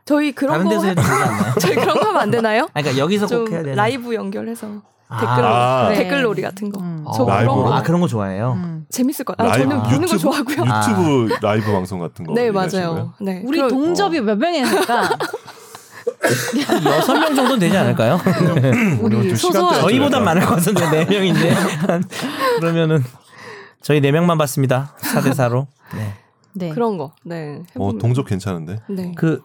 S1: 저희 그런
S3: 다른
S1: 거
S3: 데서 해도 되지 않나요?
S1: 저희 그런 거 하면 안 되나요?
S3: 아, 그러니까 여기서
S1: 좀
S3: 꼭 해야 되나?
S1: 라이브 연결해서
S3: 아,
S1: 댓글
S4: 아.
S2: 네.
S1: 댓글 놀이 같은 거
S2: 음.
S1: 저
S4: 라이브로?
S1: 그런 거
S3: 아 그런 거 좋아해요.
S2: 음.
S1: 재밌을 거. 아, 저는
S3: 라이브,
S1: 보는 거
S4: 유튜브?
S1: 좋아하고요.
S4: 유튜브 라이브 방송 같은 거.
S1: 네
S4: 얘기하시는
S1: 맞아요.
S4: 거예요?
S1: 네
S2: 우리
S1: 그럼-
S2: 동접이 몇 명이니까
S3: 여섯 명 정도는 되지 않을까요?
S4: 오늘
S2: 우리
S4: 좀
S2: 소소한
S4: 시간대가
S3: 저희보단 많을 것 같은데 네 명인데 그러면은 저희 네 명만 봤습니다. 4대 4로. 네.
S2: 네.
S1: 그런 거. 네.
S4: 어
S1: 해보면.
S4: 동족 괜찮은데.
S1: 네.
S3: 그,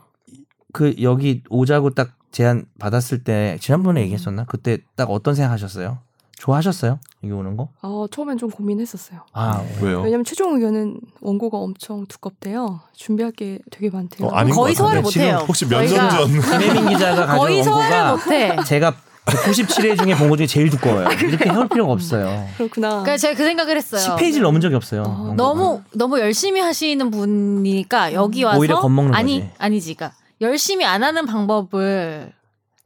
S3: 그 여기 오자고 딱 제안 받았을 때 지난번에 얘기했었나? 그때 딱 어떤 생각하셨어요? 좋아하셨어요? 여기 오는 거?
S1: 어, 처음엔 좀 고민했었어요.
S3: 아
S2: 네.
S4: 왜요?
S1: 왜냐면 최종 의견은 원고가 엄청 두껍대요. 준비할 게 되게 많대요.
S4: 어, 아닌 것
S2: 거의 소화를
S4: 같은데.
S2: 못
S3: 지금
S2: 해요.
S4: 혹시 몇 년
S2: 저희가
S4: 전?
S3: 김혜민 기자가 가진
S2: 거의 소화를
S3: 원고가
S2: 못 해.
S3: 제가 97회 중에 본 거 중에 제일 두꺼워요. 이렇게 해올 필요가 없어요.
S1: 그렇구나.
S2: 그러니까 제가 그 생각을 했어요.
S3: 10페이지를 넘은 적이 없어요. 원고가.
S2: 너무 너무 열심히 하시는 분이니까 여기 와서
S3: 오히려 겁먹는
S2: 아니
S3: 거지.
S2: 아니지, 그러니까 열심히 안 하는 방법을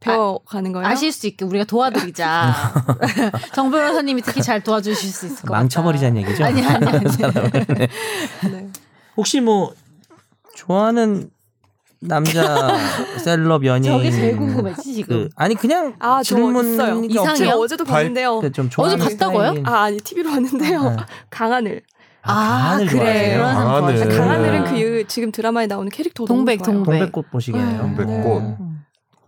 S1: 배워 가는 거예요.
S2: 아실 수 있게 우리가 도와드리자. 정 변호사님이 특히 잘 도와주실 수 있을 것 같아요.
S3: 망쳐버리자는 얘기죠.
S2: 아니 아니 아니.
S1: 네.
S3: 혹시 뭐 좋아하는 남자 셀럽 연예인
S2: 저게 제일 궁금했지
S3: 그
S2: 지금.
S3: 아니 그냥
S1: 아, 저 있어요.
S3: 질문이 그
S2: 이상해요? 그 네.
S1: 제가 어제도
S4: 발-
S1: 봤는데요.
S3: 좀 좋아하는
S2: 봤다고요?
S3: 스타일인-
S1: 아, 아니 TV로 봤는데요.
S3: 네.
S1: 강하늘.
S2: 아,
S3: 강하늘
S2: 그래.
S3: 좋아하세요?
S2: 그런 사람
S4: 강하늘.
S2: 좋아하시죠.
S4: 네.
S1: 강하늘은 그 지금 드라마에 나오는 캐릭터
S2: 동백,
S1: 너무 좋아요.
S2: 동백. 음.
S3: 동백꽃 보시기예요.
S4: 동백꽃.
S2: 네.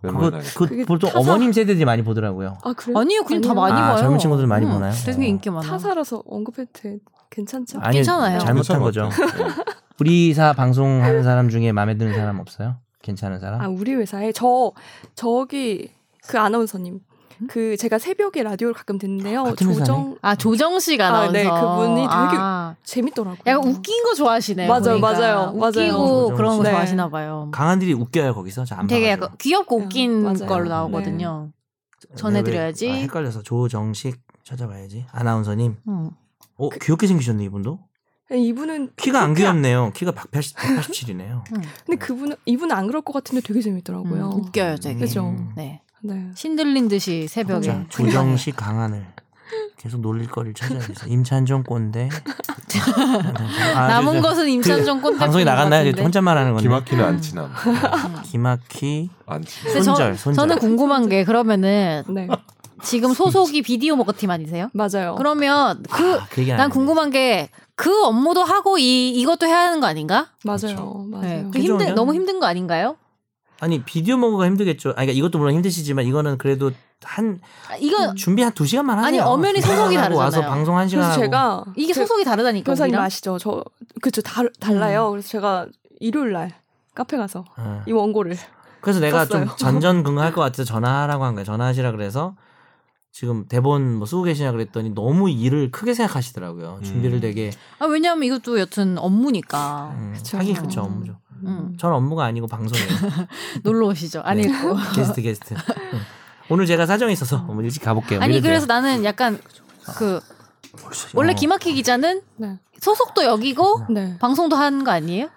S3: 그거
S4: 네, 웬만하게.
S3: 그
S1: 그게
S3: 보통
S1: 타사-
S3: 어머님 세대들이 많이 보더라고요.
S2: 어,
S1: 아 그래?
S2: 아니요, 그냥 다 많이
S3: 아,
S2: 봐요. 음.
S3: 젊은 친구들 많이 보나요? 어.
S2: 되게 인기 많아.
S1: 타사라서 언급했대. 괜찮죠?
S3: 아니,
S2: 괜찮아요.
S3: 잘못한
S4: 괜찮은
S3: 거죠.
S4: 것 같아요. 네.
S3: 우리사 방송하는 사람 중에 마음에 드는 사람 없어요? 괜찮은
S1: 아
S3: 사람?
S2: 네.
S1: 우리 회사에 저 저기 그 아나운서님
S2: 음?
S1: 그 제가 새벽에 라디오를 가끔 듣는데요.
S3: 같은 회사네.
S1: 조정
S2: 아 조정식 아나운서.
S1: 아, 네, 그분이 되게
S2: 아,
S1: 재밌더라고요.
S2: 약간 웃긴 거 좋아하시네.
S1: 맞아요,
S2: 보니까.
S1: 맞아요, 맞아요.
S2: 웃기고 그런 거
S1: 네.
S2: 좋아하시나 봐요.
S3: 강한들이 웃겨요 거기서. 저안
S2: 되게
S3: 봐가지고.
S2: 약간 귀엽고
S1: 네,
S2: 웃긴
S1: 맞아요.
S2: 걸로 나오거든요. 전해드려야지.
S3: 아, 헷갈려서 조정식 찾아봐야지. 아나운서님.
S2: 음.
S3: 어, 귀엽게 생기셨네, 이분도.
S1: 이분은
S3: 키가 안
S1: 키가-
S3: 귀엽네요. 키가 180, 187이네요.
S1: 근데 그분 이분은 안 그럴 것 같은데 되게 재밌더라고요.
S2: 음, 웃겨요, 되게.
S1: 그죠.
S2: 네.
S1: 네.
S2: 신들린 듯이 새벽에.
S3: 자, 조정식 강한을 계속 놀릴 거리를 찾아야겠어. 임찬종 꼰대. 아,
S2: 남은
S3: 저, 저,
S2: 것은 임찬종 꼰대.
S3: 방송이 나갔나요? 이제 혼자만 하는 건데.
S4: 기막히는 안 친함.
S3: 기막히
S4: 안
S2: 음.
S4: 친함.
S2: 근데 저-
S3: 손절, 손절.
S2: 저는 궁금한 게 그러면은
S1: 네.
S2: 지금 소속이 비디오 먹어팀 아니세요?
S1: 맞아요.
S2: 그러면 그
S3: 아, 그 얘기 안
S2: 난
S3: 했네.
S2: 궁금한 게 그 업무도 하고 이 이것도 해야 하는 거 아닌가?
S1: 맞아요.
S4: 그렇죠.
S2: 네.
S1: 맞아요.
S2: 그 힘든
S3: 그죠?
S2: 너무 힘든 거 아닌가요?
S3: 아니 비디오 먹어가 힘들겠죠. 아니 그러니까 이것도 물론 힘드시지만 이거는 그래도 한
S2: 아,
S1: 음.
S2: 이건
S3: 준비 한 두 시간만 하네요.
S2: 아니, 엄연히
S3: 두
S2: 소속이
S3: 시간 하고 와서
S2: 다르잖아요.
S3: 방송 한 시간
S1: 그래서
S3: 하고.
S1: 제가
S2: 뭐 이게
S1: 그
S2: 소속이 다르다니까.
S1: 변호사님
S2: 우리랑.
S1: 아시죠? 저 그쵸 다,
S2: 음.
S1: 달라요. 그래서 제가 일요일 날 카페 가서
S3: 어.
S1: 이 원고를
S3: 그래서 내가 좀
S1: 떴어요.
S3: 전전긍긍할 것 같아서 전화하라고 한 거야. 전화하시라 그래서 지금 대본 뭐 쓰고 계시냐 그랬더니 너무 일을 크게 생각하시더라고요. 준비를
S4: 음.
S3: 되게
S2: 아, 왜냐하면 이것도 여튼 업무니까.
S3: 음,
S1: 그쵸.
S3: 하긴 그쵸 업무죠.
S2: 음.
S3: 전 업무가 아니고 방송이에요.
S2: 놀러 오시죠. 아니 뭐.
S3: 네. 게스트 게스트. 응. 오늘 제가 사정이 있어서 오늘 일찍 가볼게요.
S2: 음. 아니
S3: 이래도요. 어.
S2: 그래서 나는 약간 그 원래 김학희 기자는
S1: 네.
S2: 소속도 여기고
S1: 네.
S2: 방송도 하는 거 아니에요?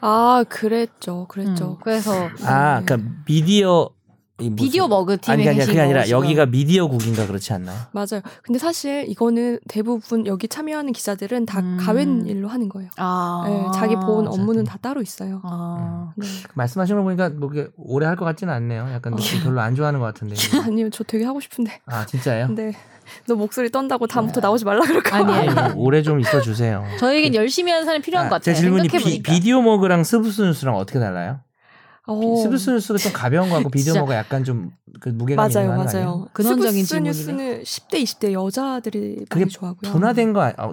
S1: 아 그랬죠.
S2: 음,
S1: 그랬죠.
S2: 그래서
S3: 아 그러니까 미디어 이 무슨-
S2: 비디오 먹을 뭐 팀에
S3: 아니 아니 그게
S2: 계시고
S3: 아니라
S2: 지금.
S3: 여기가 미디어국인가 그렇지 않나요?
S1: 맞아요. 근데 사실 이거는 대부분 여기 참여하는 기자들은 다
S2: 음.
S1: 가웬 일로 하는 거예요.
S2: 아
S1: 네, 자기 본
S3: 어-
S1: 업무는 다 따로 있어요.
S3: 음.
S2: 아.
S1: 네.
S3: 말씀하시는 거 보니까 뭐 이게 오래 할 것 같지는 않네요.
S2: 어.
S3: 약간 느낌 별로 안 좋아하는 것 같은데.
S1: 아니요, 저 되게 하고 싶은데.
S3: 아 진짜요?
S1: 근데 너 목소리 떤다고 다음부터 나오지 말라 그럴까? 봐.
S2: 아니에요.
S3: 아니, 오래 좀 있어 주세요.
S2: 저에겐 열심히 하는 사람이 필요한 것 같아요.
S3: 그 제 질문이 비,
S2: 생각해보니까.
S3: 디오 머그랑 스브스 뉴스랑 어떻게 달라요?
S1: 어.
S3: 스브스 뉴스가 좀 가벼운 거 같고 비디오
S2: 진짜.
S3: 머그가 약간 좀그 무게감 있는
S1: 맞아요,
S3: 거
S1: 맞아요.
S3: 아니에요?
S2: 근원적인
S1: 스브스 뉴스는 10대, 20대 여자들이
S3: 그게
S1: 많이 좋아하고요.
S3: 분화된 거 아니? 어,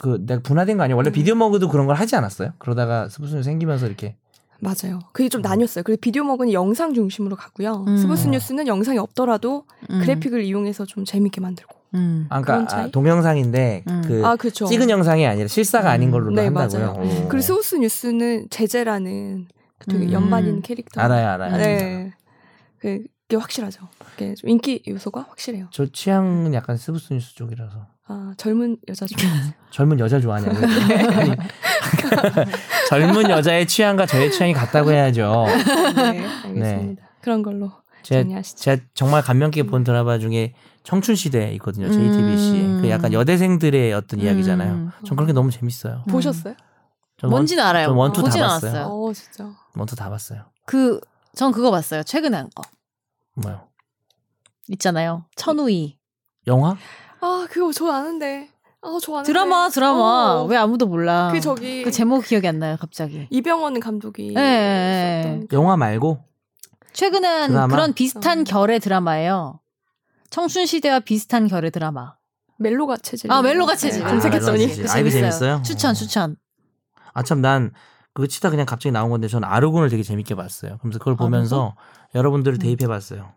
S3: 그 내가 분화된 거 아니에요?
S1: 음.
S3: 원래 비디오 머그도 그런 걸 하지 않았어요? 그러다가 스브스 뉴스 생기면서 이렇게
S1: 맞아요. 그게 좀 나뉘었어요. 그래서 비디오 먹은 영상 중심으로 가고요.
S2: 음.
S1: 스브스 뉴스는 영상이 없더라도
S2: 음.
S1: 그래픽을 이용해서 좀 재밌게 만들고.
S2: 음.
S3: 아,
S1: 그런
S3: 그러니까
S1: 차이?
S3: 아, 동영상인데
S2: 음.
S3: 그
S1: 아, 그렇죠.
S3: 찍은 영상이 아니라 실사가 아닌 걸로
S1: 네,
S3: 한다고요.
S1: 맞아요.
S3: 오.
S1: 그리고 스브스 뉴스는 제재라는 그 되게
S2: 음.
S1: 연반인 캐릭터.
S3: 알아요, 알아요.
S1: 네. 그게 확실하죠. 그게 좀 인기 요소가 확실해요.
S3: 저 취향은 약간 스브스 뉴스 쪽이라서
S1: 아, 젊은 여자 중.
S3: 젊은 여자 좋아하냐고. 아니,
S1: 네.
S3: 젊은 여자의 취향과 저의 취향이 같다고 해야죠.
S1: 네, 알겠습니다. 그런 걸로
S3: 제,
S1: 정리하시죠.
S3: 제 정말 감명 깊게 본 드라마 중에 청춘 시대 있거든요. JTBC.
S2: 음.
S3: 그 약간 여대생들의 어떤
S2: 음.
S3: 이야기잖아요. 전 그런 게 너무 재밌어요.
S2: 음.
S1: 보셨어요?
S3: 전 원,
S2: 뭔지는 알아요.
S3: 전 원투 다
S2: 보진
S3: 봤어요.
S2: 않았어요.
S1: 어, 진짜.
S3: 먼저 다 봤어요.
S2: 그, 전 그거 봤어요. 최근에 한 거.
S3: 뭐요?
S2: 있잖아요. 천우이.
S3: 영화?
S1: 아, 그거 저 아는데. 아, 저 아는데.
S2: 드라마, 드라마.
S1: 어.
S2: 왜 아무도 몰라.
S1: 그 저기
S2: 그 제목 기억이 안 나요, 갑자기.
S1: 이병헌 감독이
S2: 예, 예, 예.
S1: 썼던 그
S3: 영화 말고
S2: 최근에 한
S3: 드라마?
S2: 그런 비슷한
S1: 어.
S2: 결의 드라마예요. 청춘시대와 비슷한 결의 드라마.
S1: 멜로가 체질.
S2: 아, 멜로가 체질.
S3: 아,
S1: 검색했더니
S3: 멜로가 체질. 아, 이거 재밌어요?
S2: 추천,
S3: 어.
S2: 추천.
S3: 아 참 난 그거 치다 그냥 갑자기 나온 건데 전 아르곤을 되게 재밌게 봤어요. 그래서 그걸 보면서
S2: 아,
S3: 여러분들을
S2: 음.
S3: 대입해 봤어요.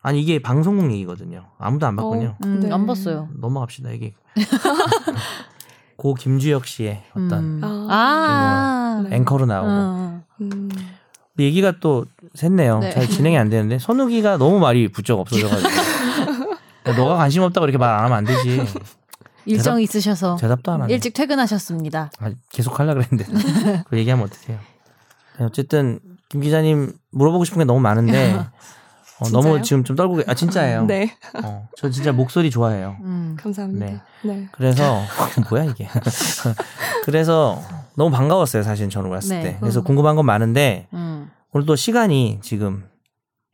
S3: 아니 이게 방송국 얘기거든요. 아무도 안 봤군요.
S2: 음,
S1: 네.
S2: 안 봤어요.
S3: 넘어갑시다 여기. 고 김주혁 씨의 어떤
S2: 음.
S1: 아.
S2: 아.
S1: 네.
S3: 앵커로 나오고
S2: 음.
S1: 음.
S3: 얘기가 또 샜네요.
S2: 네.
S3: 잘 진행이 안 되는데 선우기가 너무 말이 부쩍 없어져가지고 야, 너가 관심 없다고 이렇게 말 안 하면 안 되지.
S2: 일정 있으셔서
S3: 대답도 안 하네.
S2: 어. 일찍 퇴근하셨습니다.
S3: 아, 계속 하려 그랬는데 그 얘기하면 어떡해요? 네, 어쨌든 김 기자님 물어보고 싶은 게 너무 많은데 어, 너무
S1: 진짜요?
S3: 지금 좀 떨고 계- 아 진짜예요.
S1: 네.
S3: 어, 저 진짜 목소리 좋아해요.
S2: 음.
S1: 감사합니다. 네.
S3: 그래서 뭐야 이게. 그래서 너무 반가웠어요 사실 저는 왔을
S2: 네.
S3: 때. 그래서 궁금한 건 많은데
S2: 음.
S3: 오늘 또 시간이 지금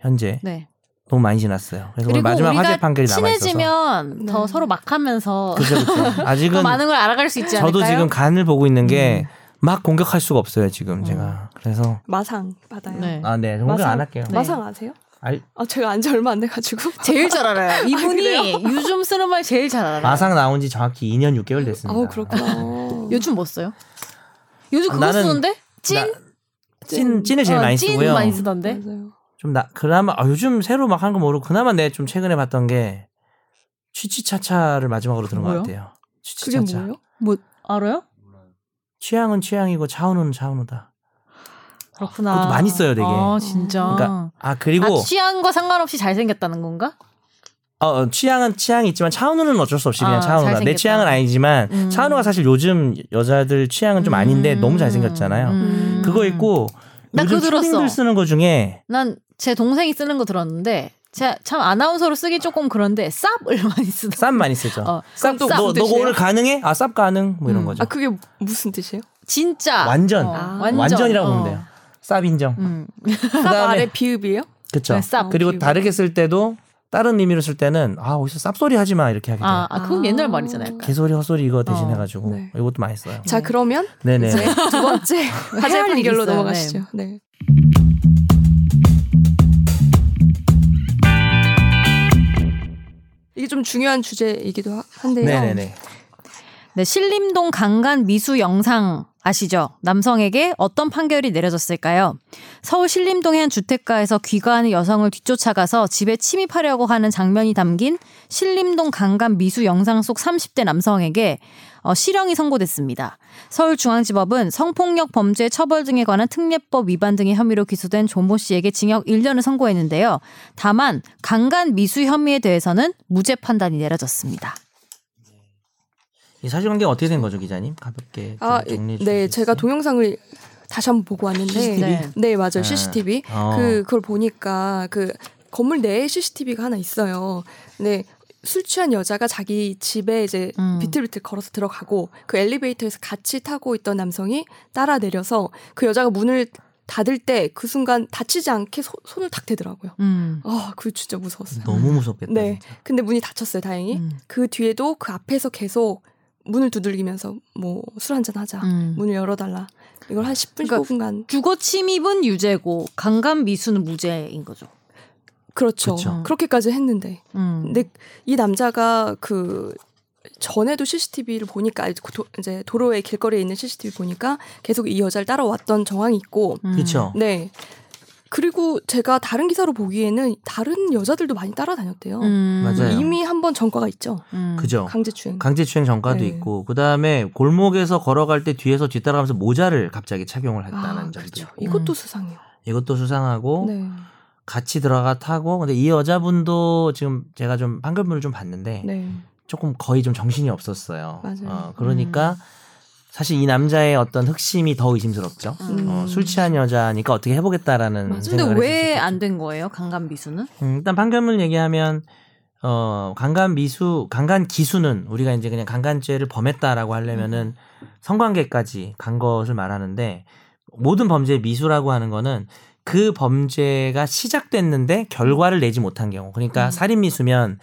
S3: 현재
S2: 네.
S3: 너무 많이 지났어요. 그래서 오늘
S2: 그리고
S3: 마지막
S2: 우리가
S3: 화재 판결이 남아 있어서.
S2: 친해지면
S1: 남아있어서.
S2: 더
S1: 네.
S2: 서로 막 하면서
S3: 그죠 그죠.
S2: 더
S3: 아직은
S2: 많은 걸 알아갈 수 있지 않을까요? 음.
S3: 저도 지금 간을 보고 있는 게 막 공격할 수가 없어요 지금 제가. 그래서
S1: 마상 받아요.
S2: 네.
S3: 아 네 공격
S1: 마상-
S3: 안 할게요.
S2: 네.
S1: 마상 아세요?
S3: 알-
S1: 아, 제가 안지 얼마 안 돼 가지고.
S2: 제일 잘 알아요. 이분이
S1: 그래요?
S2: 요즘 쓰는 말 제일 잘 알아요.
S3: 마상 나온 지 정확히 2년 6개월 됐습니다.
S1: 아우, 그렇구나.
S2: 요즘 뭐 써요? 요즘 그거
S3: 나는-
S2: 쓰는데? 찐?
S3: 나- 찐 찐을 제일
S2: 어,
S3: 많이
S2: 찐
S3: 쓰고요.
S2: 많이 쓰던데?
S1: 맞아요.
S3: 좀 나 그나마 아, 요즘 새로 막 하는 거 모르고 그나마 내가 좀 최근에 봤던 게 취취차차를 마지막으로 들은
S2: 뭐요?
S3: 것 같아요.
S1: 그게
S3: 취취차차.
S1: 뭐예요?
S2: 뭐 알아요?
S3: 취향은 취향이고 차은우는 차은우다.
S2: 그렇구나.
S3: 그것도 많이 써요, 되게.
S2: 아 진짜.
S3: 그러니까 아 그리고
S2: 아, 취향과 상관없이 잘생겼다는 건가?
S3: 어, 어, 취향은 취향이 있지만 차은우는 어쩔 수 없이 그냥
S2: 아,
S3: 차은우다. 내
S2: 잘생겼다.
S3: 취향은 아니지만
S2: 음.
S3: 차은우가 사실 요즘 여자들 취향은 좀 아닌데 너무 잘생겼잖아요.
S2: 음.
S3: 그거 있고
S2: 나
S3: 요즘
S2: 그거 들었어.
S3: 초딩들 쓰는 거 중에
S2: 난 제 동생이 쓰는 거 들었는데 제- 참 아나운서로 쓰기 조금 그런데 쌉을 많이 쓰다.
S3: 쌉 많이 쓰죠.
S2: 어,
S3: 쌉도
S2: 쌉
S3: 너, 너
S1: 드세요?
S3: 오늘 가능해? 아 쌉 가능 뭐 이런
S2: 음.
S3: 거죠.
S1: 아 그게 무슨 뜻이에요?
S2: 진짜
S3: 완전.
S2: 어,
S1: 아.
S3: 완전이라고
S2: 어.
S3: 보면 돼요. 쌉 인정.
S2: 음.
S1: 쌉 아래 비읍이에요?
S3: 그쵸.
S2: 네, 쌉.
S3: 그리고
S1: 비읍.
S3: 다르게 쓸 때도 다른 의미로 쓸 때는 아 어디서 쌉소리 하지 마 이렇게 하게 돼요.
S2: 아, 어, 아 그건 옛날
S1: 아.
S2: 말이잖아요. 약간.
S3: 개소리 헛소리 이거 대신해가지고
S1: 네.
S3: 이것도 많이 써요.
S1: 자 그러면
S3: 음. 네네.
S1: 이제 두 번째 화제
S2: 할 일이
S1: 판결로
S2: 있어요.
S1: 넘어가시죠. 네. 이게 좀 중요한 주제이기도 하- 한데요.
S3: 네네네.
S2: 네, 신림동 강간 미수 영상 아시죠? 남성에게 어떤 판결이 내려졌을까요? 서울 신림동의 한 주택가에서 귀가하는 여성을 뒤쫓아가서 집에 침입하려고 하는 장면이 담긴 신림동 강간 미수 영상 속 30대 남성에게 어, 실형이 선고됐습니다. 서울중앙지법은 성폭력 범죄 처벌 등에 관한 특례법 위반 등의 혐의로 기소된 조모 씨에게 징역 1년을 선고했는데요. 다만 강간 미수 혐의에 대해서는 무죄 판단이 내려졌습니다.
S3: 이 사실관계 어떻게 된 거죠, 기자님? 가볍게 좀
S1: 아,
S3: 정리해 주세요.
S1: 네, 제가 동영상을 다시 한번 보고 왔는데,
S3: CCTV?
S1: 네, 네, 맞아요,
S3: 아.
S1: CCTV.
S3: 어.
S1: 그 그걸 보니까 그 건물 내에 CCTV가 하나 있어요. 네. 술 취한 여자가 자기 집에 이제
S2: 음.
S1: 비틀비틀 걸어서 들어가고 그 엘리베이터에서 같이 타고 있던 남성이 따라 내려서 그 여자가 문을 닫을 때 그 순간 다치지 않게 소- 손을 탁 대더라고요.
S2: 음.
S1: 아, 그 진짜 무서웠어요.
S3: 너무 무섭겠다.
S1: 네.
S3: 진짜.
S1: 근데 문이 닫혔어요, 다행히.
S2: 음.
S1: 그 뒤에도 그 앞에서 계속 문을 두들기면서 뭐 술 한잔 하자.
S2: 음.
S1: 문을 열어달라. 이걸 한 10분,
S2: 그러니까
S1: 15분간.
S2: 주거 침입은 유죄고 강간 미수는 무죄인 거죠.
S1: 그렇죠.
S3: 그쵸.
S1: 그렇게까지 했는데.
S2: 음.
S1: 근데 이 남자가 그 전에도 CCTV를 보니까 이제 그 도- 이제 도로에 길거리에 있는 CCTV 보니까 계속 이 여자를 따라왔던 정황이 있고.
S2: 음.
S3: 그렇죠.
S1: 네. 그리고 제가 다른 기사로 보기에는 다른 여자들도 많이 따라다녔대요.
S2: 음.
S3: 맞아요. 어.
S1: 이미 한 번 전과가 있죠.
S2: 음.
S3: 그죠.
S1: 강제추행.
S3: 강제추행 전과도
S1: 네.
S3: 있고 그다음에 골목에서 걸어갈 때 뒤에서 뒤따라가면서 모자를 갑자기 착용을 했다는
S1: 아,
S3: 점도
S1: 그렇죠.
S3: 있고
S2: 음.
S3: 어?
S1: 이것도 수상해요.
S3: 이것도 수상하고
S1: 네.
S3: 같이 들어가 타고 근데 이 여자분도 지금 제가 좀 판결문을 좀 봤는데
S1: 네.
S3: 조금 거의 좀 정신이 없었어요.
S1: 맞아요. 음.
S3: 어, 그러니까 사실 이 남자의 어떤 흑심이 더 의심스럽죠.
S2: 음.
S3: 어, 술 취한 여자니까 어떻게 해보겠다라는
S1: 맞아요.
S2: 근데
S3: 생각을
S2: 왜
S3: 했을 수
S2: 안 된 거예요? 강간 미수는?
S3: 음, 일단 판결문 얘기하면 어 강간 미수 강간 기수는 우리가 이제 그냥 강간죄를 범했다라고 하려면은 성관계까지 간 것을 말하는데 모든 범죄의 미수라고 하는 거는 그 범죄가 시작됐는데 결과를 내지 못한 경우 그러니까
S2: 음.
S3: 살인 미수면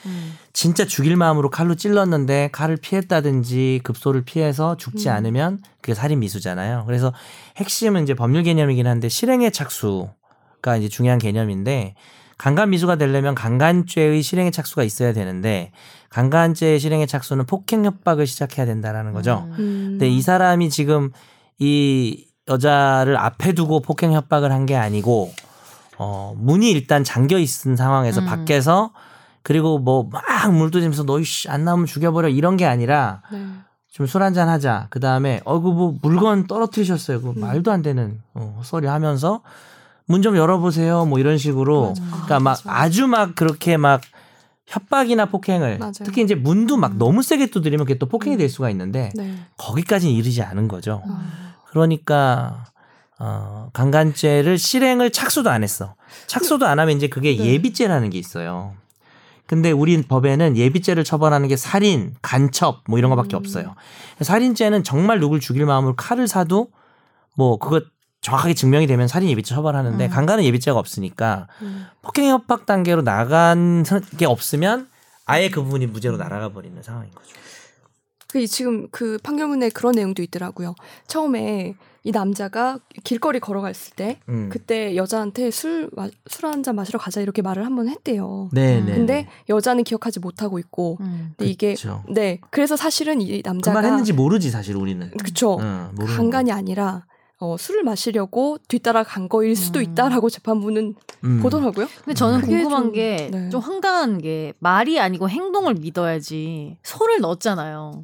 S3: 진짜 죽일 마음으로 칼로 찔렀는데 칼을 피했다든지 급소를 피해서 죽지
S1: 음.
S3: 않으면 그게 살인 미수잖아요. 그래서 핵심은 이제 법률 개념이긴 한데 실행의 착수가 이제 중요한 개념인데 강간 미수가 되려면 강간죄의 실행의 착수가 있어야 되는데 강간죄의 실행의 착수는 폭행 협박을 시작해야 된다라는 거죠.
S2: 음.
S1: 음.
S3: 근데 네, 이 사람이 지금 이 여자를 앞에 두고 폭행 협박을 한 게 아니고 어 문이 일단 잠겨 있은 상황에서
S2: 음.
S3: 밖에서 그리고 뭐 막 물두지면서 너이안 나오면 죽여버려 이런 게 아니라
S1: 네.
S3: 좀 술 한잔 하자 그 다음에 어그 뭐 물건 떨어뜨리셨어요
S1: 음.
S3: 그 말도 안 되는 어, 소리 하면서 문 좀 열어보세요 뭐 이런 식으로
S2: 맞아.
S3: 그러니까 막
S1: 맞아.
S3: 아주 막 그렇게 막 협박이나 폭행을
S1: 맞아요. 음.
S3: 특히 이제 문도 막
S2: 음.
S3: 너무 세게 두드리면 그게 또 폭행이 될 수가 있는데
S1: 네.
S3: 거기까지는 이르지 않은 거죠.
S1: 아.
S3: 그러니까 어, 강간죄를 실행을 착수도 안 했어. 착수도 안 하면 이제 그게
S1: 네.
S3: 예비죄라는 게 있어요. 근데 우리 법에는 예비죄를 처벌하는 게 살인, 간첩 뭐 이런 거밖에
S1: 음.
S3: 없어요. 살인죄는 정말 누굴 죽일 마음으로 칼을 사도 뭐 그거 정확하게 증명이 되면 살인 예비죄 처벌하는데
S2: 음.
S3: 강간은 예비죄가 없으니까
S1: 음.
S3: 폭행 협박 단계로 나간 게 없으면 아예 그 부분이 무죄로 날아가 버리는 상황인 거죠.
S1: 그 지금 그 판결문에 그런 내용도 있더라고요. 처음에 이 남자가 길거리 걸어갔을 때
S3: 음.
S1: 그때 여자한테 술술 한 잔 마시러 가자 이렇게 말을 한번 했대요.
S3: 네, 네.
S1: 음. 근데 여자는 기억하지 못하고 있고
S2: 음.
S1: 근데 이게
S3: 그쵸.
S1: 네 그래서 사실은 이
S3: 그
S1: 남자가
S3: 말 했는지 모르지 사실 우리는.
S2: 뭐,
S1: 그쵸
S3: 응, 모르는
S1: 강간이 아니라 어, 술을 마시려고 뒤따라 간 거일 수도
S2: 음.
S1: 있다라고 재판부는
S3: 거. 음.
S1: 보더라고요.
S2: 근데 저는
S1: 그게
S2: 궁금한
S1: 좀-
S2: 게 좀
S1: 네.
S2: 황당한 게 말이 아니고 행동을 믿어야지 손을 넣었잖아요.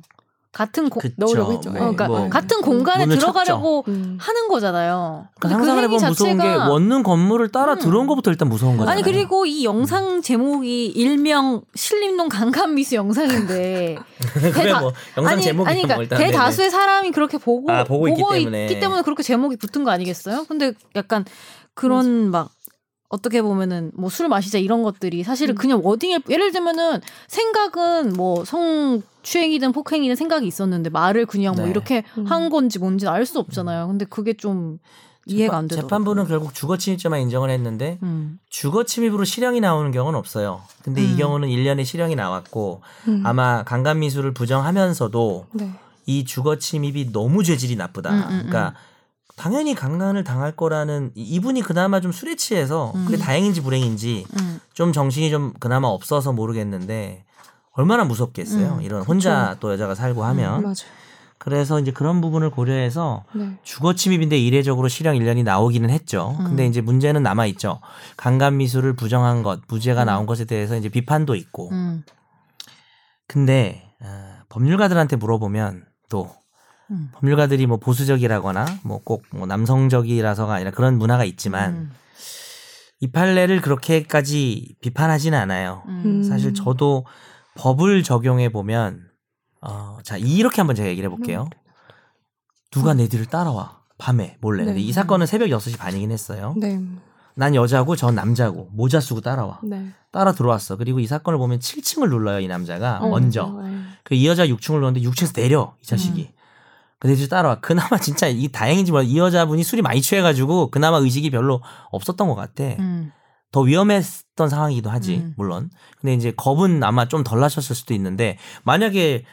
S2: 같은 고,
S3: 그쵸.
S1: 넣으려고 했죠.
S3: 뭐,
S2: 어, 그러니까
S3: 뭐.
S2: 같은 공간에
S3: 문을
S2: 들어가려고
S1: 음.
S2: 하는 거잖아요. 근데
S3: 그러니까 상상을
S2: 그
S3: 해보면
S2: 행위
S3: 무서운 게
S2: 자체가
S3: 원룸 건물을 따라
S2: 음.
S3: 들어온 것부터 일단 무서운 거잖아요. 음.
S2: 아니 그리고 이 영상 제목이 일명 신림동 강간미수 영상인데
S3: 그래 뭐 영상
S2: 아니,
S3: 제목이
S2: 아니,
S3: 뭐
S2: 그러니까
S3: 일단
S2: 대다수의 사람이 그렇게 보고
S3: 아, 보고 있기
S2: 있기,
S3: 때문에.
S2: 때문에 그렇게 제목이 붙은 거 아니겠어요? 근데 약간 그런 막 어떻게 보면은 뭐 술 마시자 이런 것들이 사실은
S1: 음.
S2: 그냥 워딩을 예를 들면은 생각은 뭐 성추행이든 폭행이든 생각이 있었는데 말을 그냥 뭐
S3: 네.
S2: 이렇게
S1: 음.
S2: 한 건지 뭔지 알 수 없잖아요. 근데 그게 좀 이해가 안 되더라고요.
S3: 네. 재판부는 결국 주거침입죄만 인정을 했는데
S2: 음.
S3: 주거침입으로 실형이 나오는 경우는 없어요. 근데
S2: 음.
S3: 이 경우는 1년의 실형이 나왔고
S1: 음.
S3: 아마 강간미수를 부정하면서도
S1: 네.
S3: 이 주거침입이 너무 죄질이 나쁘다.
S2: 음, 음, 음.
S3: 그러니까 당연히 강간을 당할 거라는 이- 이분이 그나마 좀 술에 취해서
S2: 음.
S3: 그게 다행인지 불행인지
S2: 음.
S3: 좀 정신이 좀 그나마 없어서 모르겠는데 얼마나 무섭겠어요.
S2: 음,
S3: 이런 혼자 또 여자가 살고 하면
S1: 맞아요.
S3: 그래서 이제 그런 부분을 고려해서
S1: 네.
S3: 주거침입인데 이례적으로 실형 1년이 나오기는 했죠. 근데
S2: 음.
S3: 이제 문제는 남아 있죠. 강간미수를 부정한 것, 무죄가 나온 것에 대해서 이제 비판도 있고.
S2: 음.
S3: 근데 어, 법률가들한테 물어보면 또
S2: 음.
S3: 법률가들이 뭐 보수적이라거나 뭐 꼭 뭐 남성적이라서가 아니라 그런 문화가 있지만
S2: 음.
S3: 이 판례를 그렇게까지 비판하진 않아요.
S2: 음.
S3: 사실 저도 법을 적용해 보면 어, 자 이렇게 한번 제가 얘기를
S2: 음.
S3: 해볼게요. 누가 내 뒤를 따라와 밤에 몰래. 근데
S1: 네.
S3: 이 사건은 새벽 6시 반이긴 했어요.
S1: 네.
S3: 난 여자고 전 남자고 모자 쓰고 따라와.
S1: 네.
S3: 따라 들어왔어. 그리고 이 사건을 보면 7층을 눌러요 이 남자가
S1: 어,
S3: 아, 먼저.
S1: 네.
S3: 그 이 여자 6층을 눌렀는데 6층에서 내려 이 자식이. 근데 이제 따라와. 그나마 진짜 이 다행인지 몰라. 이 여자분이 술이 많이 취해가지고 그나마 의식이 별로 없었던 것 같아.
S2: 음.
S3: 더 위험했던 상황이기도 하지
S2: 음.
S3: 물론 근데 이제 겁은 아마 좀 덜 나셨을 수도 있는데 만약에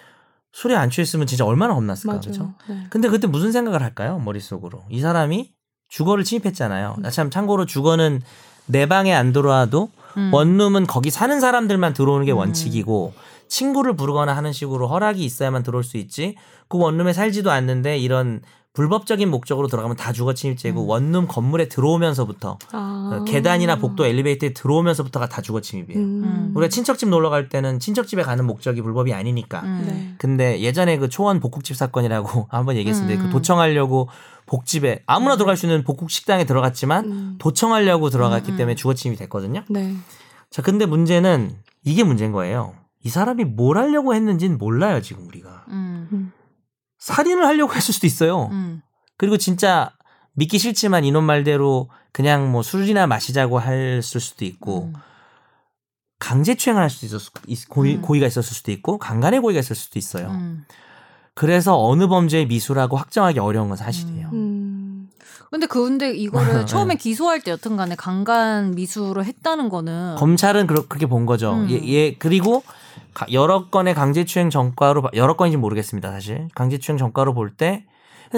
S3: 술에 안 취했으면 진짜 얼마나 겁났을까
S1: 맞아요.
S3: 그렇죠
S1: 네.
S3: 근데 그때 무슨 생각을 할까요 머릿속으로 이 사람이 주거를 침입했잖아요 나 참 참고로 주거는 내 방에 안 들어와도
S2: 음.
S3: 원룸은 거기 사는 사람들만 들어오는 게
S2: 음.
S3: 원칙이고 친구를 부르거나 하는 식으로 허락이 있어야만 들어올 수 있지 그 원룸에 살지도 않는데 이런 불법적인 목적으로 들어가면 다 주거 침입죄고
S2: 음.
S3: 원룸 건물에 들어오면서부터
S1: 아.
S3: 어, 계단이나 복도 엘리베이터에 들어오면서부터가 다 주거 침입이에요.
S1: 음.
S3: 우리가 친척집 놀러 갈 때는 친척집에 가는 목적이 불법이 아니니까.
S2: 음.
S1: 네.
S3: 근데 예전에 그 초원 복국집 사건이라고 한번 얘기했었는데
S2: 음.
S3: 그 도청하려고 복집에 아무나 들어갈 수 있는 복국 식당에 들어갔지만
S1: 음.
S3: 도청하려고 들어갔기
S2: 음, 음.
S3: 때문에 주거 침입이 됐거든요.
S1: 네.
S3: 자, 근데 문제는 이게 문제인 거예요. 이 사람이 뭘 하려고 했는지는 몰라요, 지금 우리가.
S2: 음.
S3: 살인을 하려고 했을 수도 있어요.
S2: 음.
S3: 그리고 진짜 믿기 싫지만 이놈 말대로 그냥 뭐 술이나 마시자고 했을 수도 있고
S2: 음.
S3: 강제 추행을 할 수도 있었 있- 고의,
S2: 음.
S3: 고의가 있었을 수도 있고 강간의 고의가 있을 수도 있어요.
S2: 음.
S3: 그래서 어느 범죄의 미수라고 확정하기 어려운 건 사실이에요.
S1: 음.
S2: 근데 근데 이거를
S3: 네.
S2: 처음에 기소할 때 여튼간에 강간 미수로 했다는 거는
S3: 검찰은 그렇, 게본 거죠.
S2: 어. 음.
S3: 예, 예, 그리고 가- 여러 건의 강제 추행 전과로 봐- 여러 건인지 모르겠습니다. 사실 강제 추행 전과로 볼 때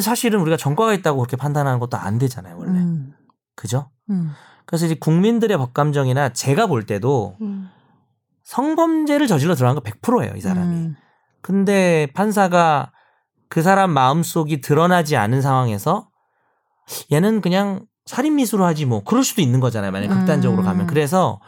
S3: 사실은 우리가 전과가 있다고 그렇게 판단하는 것도 안 되잖아요, 원래.
S2: 음.
S3: 그죠?
S2: 음.
S3: 그래서 이제 국민들의 법감정이나 제가 볼 때도
S1: 음.
S3: 성범죄를 저질러 들어간 거 100%예요, 이 사람이.
S2: 음.
S3: 근데 판사가 그 사람 마음속이 드러나지 않은 상황에서 얘는 그냥 살인 미수로 하지 뭐 그럴 수도 있는 거잖아요. 만약
S2: 음.
S3: 극단적으로 가면. 그래서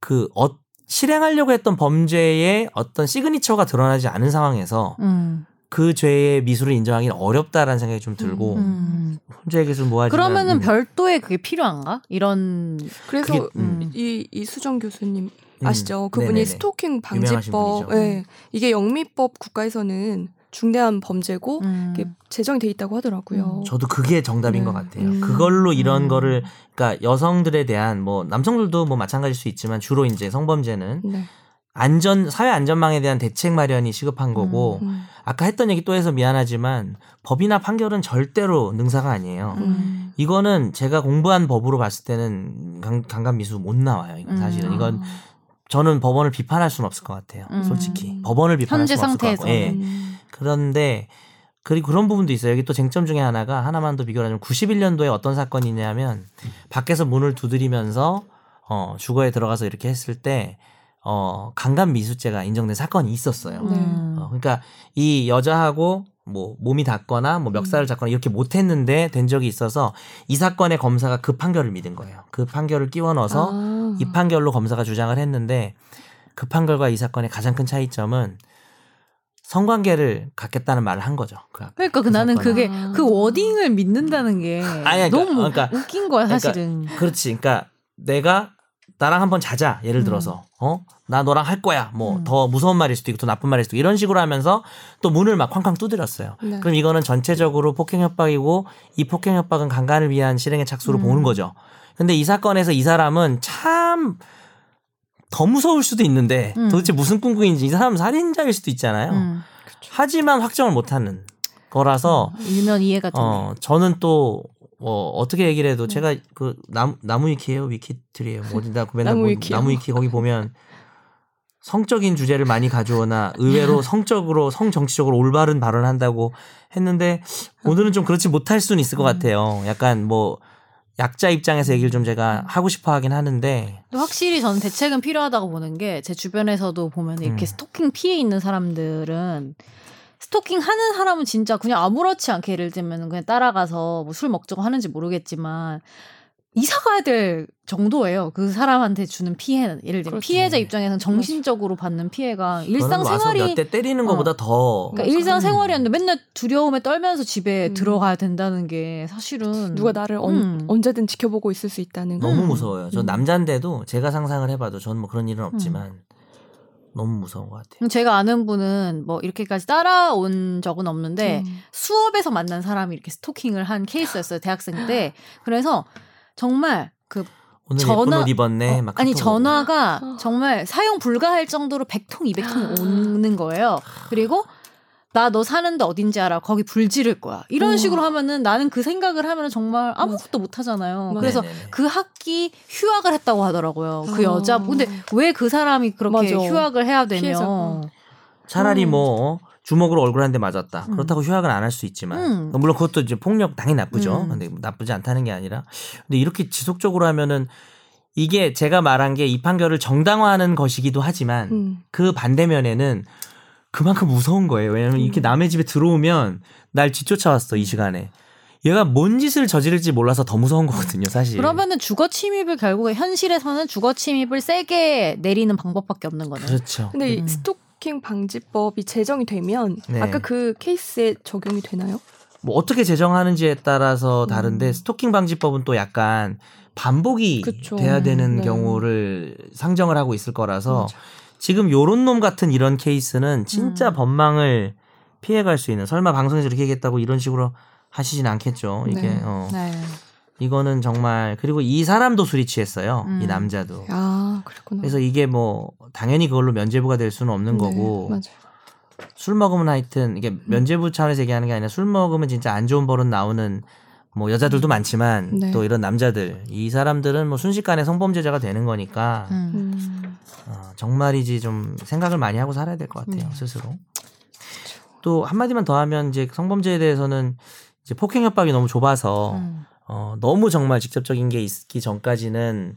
S3: 그 어- 실행하려고 했던 범죄의 어떤 시그니처가 드러나지 않은 상황에서
S2: 음.
S3: 그 죄의 미수를 인정하기는 어렵다라는 생각이 좀 들고
S2: 음.
S3: 혼자의 기술 모아지만
S2: 그러면은
S3: 뭐 음,
S2: 별도의 그게 필요한가? 이런
S1: 그래서
S3: 그게-
S2: 음.
S1: 이 이수정 교수님
S3: 음,
S1: 아시죠? 그분이
S3: 네네네.
S1: 스토킹
S3: 유명하신
S1: 방지법,
S3: 분이죠.
S1: 예. 이게 영미법 국가에서는 중대한 범죄고
S2: 음.
S1: 이게 제정이 돼 있다고 하더라고요.
S2: 음,
S3: 저도 그게 정답인
S2: 네.
S3: 것 같아요.
S1: 음.
S3: 그걸로 이런
S2: 음.
S3: 거를 그러니까 여성들에 대한 뭐 남성들도 뭐 마찬가지일 수 있지만 주로 이제 성범죄는
S1: 네.
S3: 안전 사회 안전망에 대한 대책 마련이 시급한 거고
S1: 음.
S3: 아까 했던 얘기 또 해서 미안하지만 법이나 판결은 절대로 능사가 아니에요.
S1: 음.
S3: 이거는 제가 공부한 법으로 봤을 때는 강, 강간 미수 못 나와요. 이건 사실은
S2: 음.
S3: 이건 저는 법원을 비판할 수는 없을 것 같아요.
S2: 음.
S3: 솔직히 법원을 비판할
S2: 현재
S3: 수는 없을 것 같고.
S2: 상태에서는.
S3: 예. 그런데 그리고 그런 부분도 있어요. 여기 또 쟁점 중에 하나가 하나만 더 비교하자면 91년도에 어떤 사건이냐면 밖에서 문을 두드리면서 어, 주거에 들어가서 이렇게 했을 때 어, 강간 미수죄가 인정된 사건이 있었어요.
S1: 네.
S2: 음.
S3: 어, 그러니까 이 여자하고 뭐 몸이 닿거나 뭐 멱살을 잡거나 이렇게 못 했는데 된 적이 있어서 이 사건의 검사가 그 판결을 믿은 거예요. 그 판결을 끼워 넣어서
S1: 아.
S2: 음.
S3: 이 판결로 검사가 주장을 했는데 그 판결과 이 사건의 가장 큰 차이점은 성관계를 갖겠다는 말을 한 거죠. 그 아까.
S2: 그러니까 그 나는
S3: 사건은.
S2: 그게
S1: 아.
S2: 그 워딩을 믿는다는 게
S3: 아니, 그러니까,
S2: 너무
S3: 그러니까,
S2: 웃긴 거야
S3: 그러니까
S2: 사실은.
S3: 그렇지. 그러니까 내가 나랑 한번 자자. 예를
S2: 음.
S3: 들어서 어? 나 너랑 할 거야. 뭐
S2: 음.
S3: 더 무서운 말일 수도 있고 더 나쁜 말일 수도 있고 이런 식으로 하면서 또 문을 막 쾅쾅 두드렸어요.
S1: 네.
S3: 그럼 이거는 전체적으로 폭행 협박이고 이 폭행 협박은 강간을 위한 실행의 착수로
S2: 음.
S3: 보는 거죠. 근데 이 사건에서 이 사람은 참 더 무서울 수도 있는데
S2: 음.
S3: 도대체 무슨 꿍꿍인지 이 사람 살인자일 수도 있잖아요.
S2: 음.
S3: 하지만 확정을 못 하는 거라서
S2: 일면 이해가 되네. 음.
S3: 어, 저는 또 어, 어떻게 얘기를 해도 제가 그 나무 나무위키예요, 위키트리예요. 어디다 그 맨날 나무위키,
S1: 나무위키요.
S3: 나무위키 거기 보면 성적인 주제를 많이 가져오나 의외로 성적으로 성정치적으로 올바른 발언을 한다고 했는데 오늘은 좀 그렇지 못할 수는 있을 것
S2: 음.
S3: 같아요. 약간 뭐 약자 입장에서 얘기를 좀
S2: 음.
S3: 제가 하고 싶어 하긴 하는데
S2: 근데 확실히 저는 대책은 필요하다고 보는 게 제 주변에서도 보면 이렇게
S3: 음.
S2: 스토킹 피해 있는 사람들은 스토킹 하는 사람은 진짜 그냥 아무렇지 않게 예를 들면 그냥 따라가서 뭐 술 먹자고 하는지 모르겠지만 이사 가야 될 정도예요. 그 사람한테 주는 피해는 예를 들면
S1: 그렇지.
S2: 피해자 입장에서는 정신적으로 받는 피해가
S1: 그렇죠.
S2: 일상
S3: 뭐 와서
S2: 생활이 어.
S3: 몇 대 때리는 것보다 더
S2: 그러니까 일상
S3: 음.
S2: 생활이었는데 맨날 두려움에 떨면서 집에
S1: 음.
S2: 들어가야 된다는 게 사실은
S1: 누가 나를 언,
S2: 음.
S1: 언제든 지켜보고 있을 수 있다는 거.
S3: 너무
S2: 음.
S3: 무서워요. 전
S2: 음.
S3: 남자인데도 제가 상상을 해봐도 저는 뭐 그런 일은 없지만 너무 무서운 것 같아요.
S2: 제가 아는 분은 뭐 이렇게까지 따라온 적은 없는데
S1: 음.
S2: 수업에서 만난 사람이 이렇게 스토킹을 한 케이스였어요 대학생 때 그래서 정말 그
S3: 오늘
S2: 전화- 어,
S3: 예쁜 옷 입었네. 막
S2: 아니
S3: 카톡으로.
S1: 어.
S2: 전화가 정말 사용 불가할 정도로 100통 200통이 오는 거예요 그리고 나 너 사는데 어딘지 알아 거기 불 지를 거야 이런
S1: 우와.
S2: 식으로 하면은 나는 그 생각을 하면은 정말 아무것도 못 하잖아요
S1: 맞아요.
S2: 그래서
S3: 네네네.
S2: 그 학기 휴학을 했다고 하더라고요 그
S1: 아.
S2: 여자 근데 왜 그 사람이 그렇게
S1: 맞아.
S2: 휴학을 해야 되며
S1: 피해자가.
S3: 차라리
S1: 음.
S3: 뭐 주먹으로 얼굴 한 대 맞았다.
S2: 음.
S3: 그렇다고 휴학은 안 할 수 있지만 어,
S2: 음.
S3: 물론 그것도 이제 폭력 당연히 나쁘죠.
S2: 음.
S3: 근데 뭐 나쁘지 않다는 게 아니라 근데 이렇게 지속적으로 하면은 이게 제가 말한 게 이 판결을 정당화하는 것이기도 하지만
S1: 음.
S3: 그 반대면에는 그만큼 무서운 거예요. 왜냐면
S2: 음.
S3: 이렇게 남의 집에 들어오면 날 뒤쫓아왔어 이 시간에. 얘가 뭔 짓을 저지를지 몰라서 더 무서운 거거든요, 사실.
S2: 그러면은 주거 침입을 결국에 현실에서는 주거 침입을 세게 내리는 방법밖에 없는 거네요.
S3: 그렇죠.
S1: 근데
S2: 음.
S1: 이 스토킹 방지법이 제정이 되면
S3: 네.
S1: 아까 그 케이스에 적용이 되나요?
S3: 뭐 어떻게 제정하는지에 따라서 다른데
S1: 음.
S3: 스토킹 방지법은 또 약간 반복이
S1: 그쵸.
S3: 돼야 되는
S1: 네.
S3: 경우를 상정을 하고 있을 거라서 지금 요런 놈 같은 이런 케이스는 진짜
S2: 음.
S3: 법망을 피해갈 수 있는 설마 방송에서 이렇게 얘기했다고 이런 식으로 하시진 않겠죠. 이게
S1: 네.
S3: 어.
S2: 네.
S3: 이거는 정말 그리고 이 사람도 술이 취했어요. 이
S2: 음.
S3: 남자도.
S1: 아 그렇구나.
S3: 그래서 이게 뭐 당연히 그걸로 면죄부가 될 수는
S1: 네,
S3: 없는 거고
S1: 맞아요.
S3: 술 먹으면 하여튼
S2: 음.
S3: 이게 면죄부 차원에서 얘기하는 게 아니라 술 먹으면 진짜 안 좋은 버릇 나오는 뭐
S2: 음.
S3: 여자들도 많지만
S1: 네.
S3: 또 이런 남자들 이 사람들은 뭐 순식간에 성범죄자가 되는 거니까
S2: 음.
S1: 음.
S3: 어, 정말이지 좀 생각을 많이 하고 살아야 될 것 같아요
S2: 네. 그렇죠.
S3: 스스로 또 한마디만 더 하면 이제 성범죄에 대해서는 이제 폭행 협박이 너무 좁아서
S2: 음.
S3: 어, 너무 정말 직접적인 게 있기 전까지는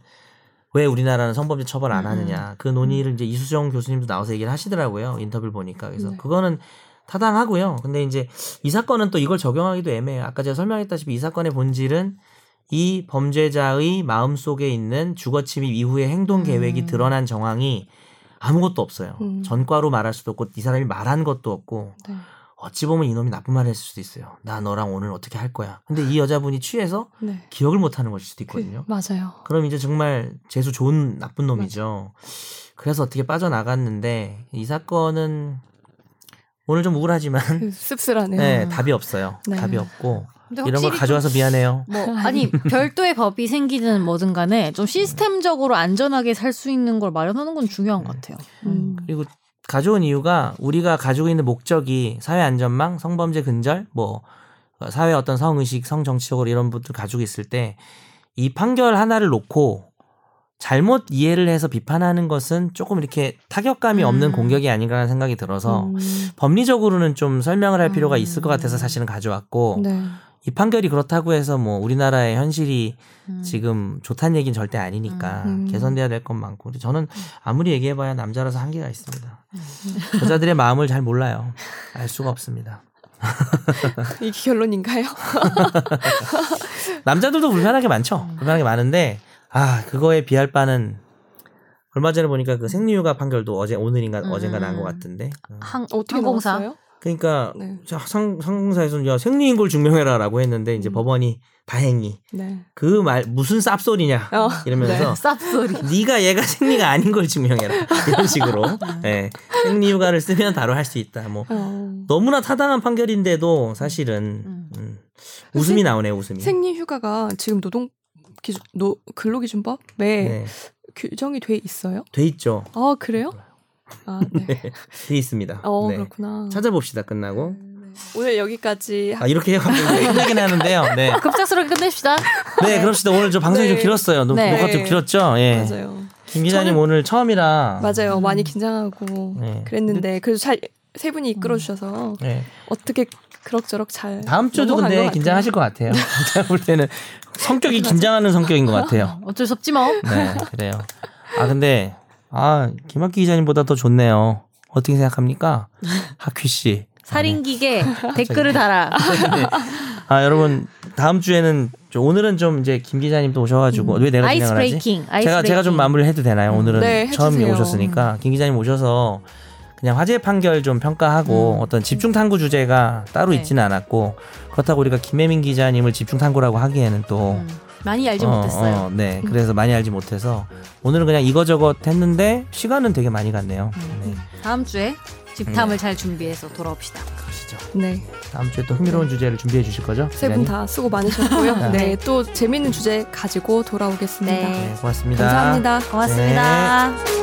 S3: 왜 우리나라는 성범죄 처벌 안
S2: 음,
S3: 하느냐 그 논의를 이제 이수정 교수님도 나와서 얘기를 하시더라고요 인터뷰를 보니까 그래서
S1: 네.
S3: 그거는 타당하고요 근데 이제 이 사건은 또 이걸 적용하기도 애매해요 아까 제가 설명했다시피 이 사건의 본질은 이 범죄자의 마음 속에 있는 주거 침입 이후의 행동 계획이
S2: 음.
S3: 드러난 정황이 아무것도 없어요
S1: 음.
S3: 전과로 말할 수도 없고 이 사람이 말한 것도 없고
S1: 네.
S3: 어찌 보면 이놈이 나쁜 말을 했을 수도 있어요 나 너랑 오늘 어떻게 할 거야 근데
S2: 아.
S3: 이 여자분이 취해서
S1: 네.
S3: 기억을 못하는 것일 수도
S1: 그,
S3: 있거든요.
S1: 맞아요.
S3: 그럼 이제 정말 재수 좋은 나쁜 놈이죠. 그래서 어떻게 빠져나갔는데 이 사건은 오늘 좀 우울하지만
S1: 그 씁쓸하네요.
S3: 네, 답이 없어요.
S1: 네.
S3: 답이 없고
S2: 근데
S3: 이런 걸
S2: 확실히
S3: 가져와서 미안해요.
S2: 좀 뭐, 아니 별도의 법이 생기든 뭐든 간에 좀 시스템적으로 안전하게 살 수 있는 걸 마련하는 건 중요한 것
S3: 네.
S2: 같아요.
S1: 음.
S3: 그리고 가져온 이유가 우리가 가지고 있는 목적이 사회 안전망, 성범죄 근절, 뭐 어, 사회 어떤 성의식, 성정치적으로 이런 분들 가지고 있을 때 이 판결 하나를 놓고 잘못 이해를 해서 비판하는 것은 조금 이렇게 타격감이 없는
S2: 음.
S3: 공격이 아닌가라는 생각이 들어서
S1: 음.
S3: 법리적으로는 좀 설명을 할 필요가 있을 것
S2: 음.
S3: 같아서 사실은 가져왔고
S1: 네.
S3: 이 판결이 그렇다고 해서 뭐 우리나라의 현실이
S2: 음.
S3: 지금 좋다는 얘기는 절대 아니니까
S1: 음.
S3: 개선돼야 될 건 많고 근데 저는 아무리 얘기해봐야 남자라서 한계가 있습니다.
S1: 음.
S3: 여자들의 마음을 잘 몰라요. 알 수가 없습니다.
S1: 이게 결론인가요? 음.
S3: 남자들도 불편하게 많죠. 불편하게 많은데 아 그거에 비할 바는 얼마 전에 보니까 그 생리휴가 판결도 어제 오늘인가
S6: 음.
S3: 어젠가 난 것 같은데. 어.
S6: 항
S1: 어떻게
S6: 항공사
S1: 나왔어요?
S3: 그러니까
S1: 네.
S3: 자, 상 상공사에서는 야 생리인 걸 증명해라라고 했는데 이제
S1: 음.
S3: 법원이 다행히
S1: 네.
S3: 그 말 무슨 쌉소리냐
S1: 어.
S2: 네.
S3: 이러면서
S6: 쌉소리
S3: 네가 얘가 생리가 아닌 걸 증명해라 이런 식으로 예 생리휴가를 쓰면 바로 할 수 있다 뭐
S1: 어.
S3: 너무나 타당한 판결인데도 사실은
S6: 음.
S3: 음, 웃음이
S1: 생-
S3: 나오네 웃음이
S1: 생리 휴가가 지금 노동 기준 노 근로기준법에
S3: 네.
S1: 규정이 돼 있어요?
S3: 돼 있죠
S1: 아 그래요? 아 네.
S3: 돼 있습니다
S1: 어 네.
S3: 네.
S1: 그렇구나.
S3: 찾아봅시다 끝나고
S1: 오늘 여기까지
S3: 아 이렇게 해요 갑자기 힘들긴 하는데요 네.
S2: 음.
S6: 급작스럽게 끝냅시다.
S3: 네 그럽시다 오늘 저 방송이 좀
S1: 네.
S3: 길었어요 녹,
S6: 네.
S3: 녹화 좀 길었죠 예.
S1: 맞아요.
S3: 김 기자님
S1: 저는-
S3: 오늘 처음이라
S1: 맞아요. 많이 긴장하고
S3: 네. 음.
S1: 그랬는데 그래도 잘 세 분이 이끌어 주셔서
S3: 예.
S1: 어떻게 그럭저럭 잘
S3: 다음 주도
S1: 넘어간
S3: 근데
S1: 같아요.
S3: 긴장하실 것 같아요 제가 볼 때는 성격이 긴장하는 성격인 것 같아요
S6: 어쩔 수 없지 뭐.
S3: 네 그래요 아 근데 아 김학기 기자님보다 더 좋네요 어떻게 생각합니까 학휘 씨
S6: 살인기계 댓글을 달아.
S3: 네. 아 여러분 다음 주에는 저 오늘은 좀 이제 김 기자님도 오셔가지고 왜 내가
S6: 음. 아이스
S3: 진행을 하지?
S6: 브레이킹. 아이스
S3: 제가
S6: 브레이킹.
S3: 제가 좀 마무리 해도 되나요? 오늘은
S1: 네, 해주세요.
S3: 처음 오셨으니까 김 기자님 오셔서 그냥 화재 판결 좀 평가하고
S6: 음.
S3: 어떤 집중 탐구 주제가 따로
S6: 네.
S3: 있지는 않았고 그렇다고 우리가 김혜민 기자님을 집중 탐구라고 하기에는 또
S6: 음, 많이 알지
S3: 어,
S6: 못했어요.
S3: 어, 네, 그래서 많이 알지 못해서 오늘은 그냥 이거저것 했는데 시간은 되게 많이 갔네요. 네,
S6: 다음 주에 집탐을 잘 준비해서 돌아옵시다.
S3: 그러시죠.
S1: 네.
S3: 다음 주에 또 흥미로운 주제를 준비해 주실 거죠?
S1: 세 분
S3: 기자님?
S1: 다 수고 많으셨고요.
S6: 네.
S1: 네. 또 재미있는 주제 가지고 돌아오겠습니다.
S6: 네.
S3: 네, 고맙습니다. 네.
S1: 감사합니다.
S6: 고맙습니다.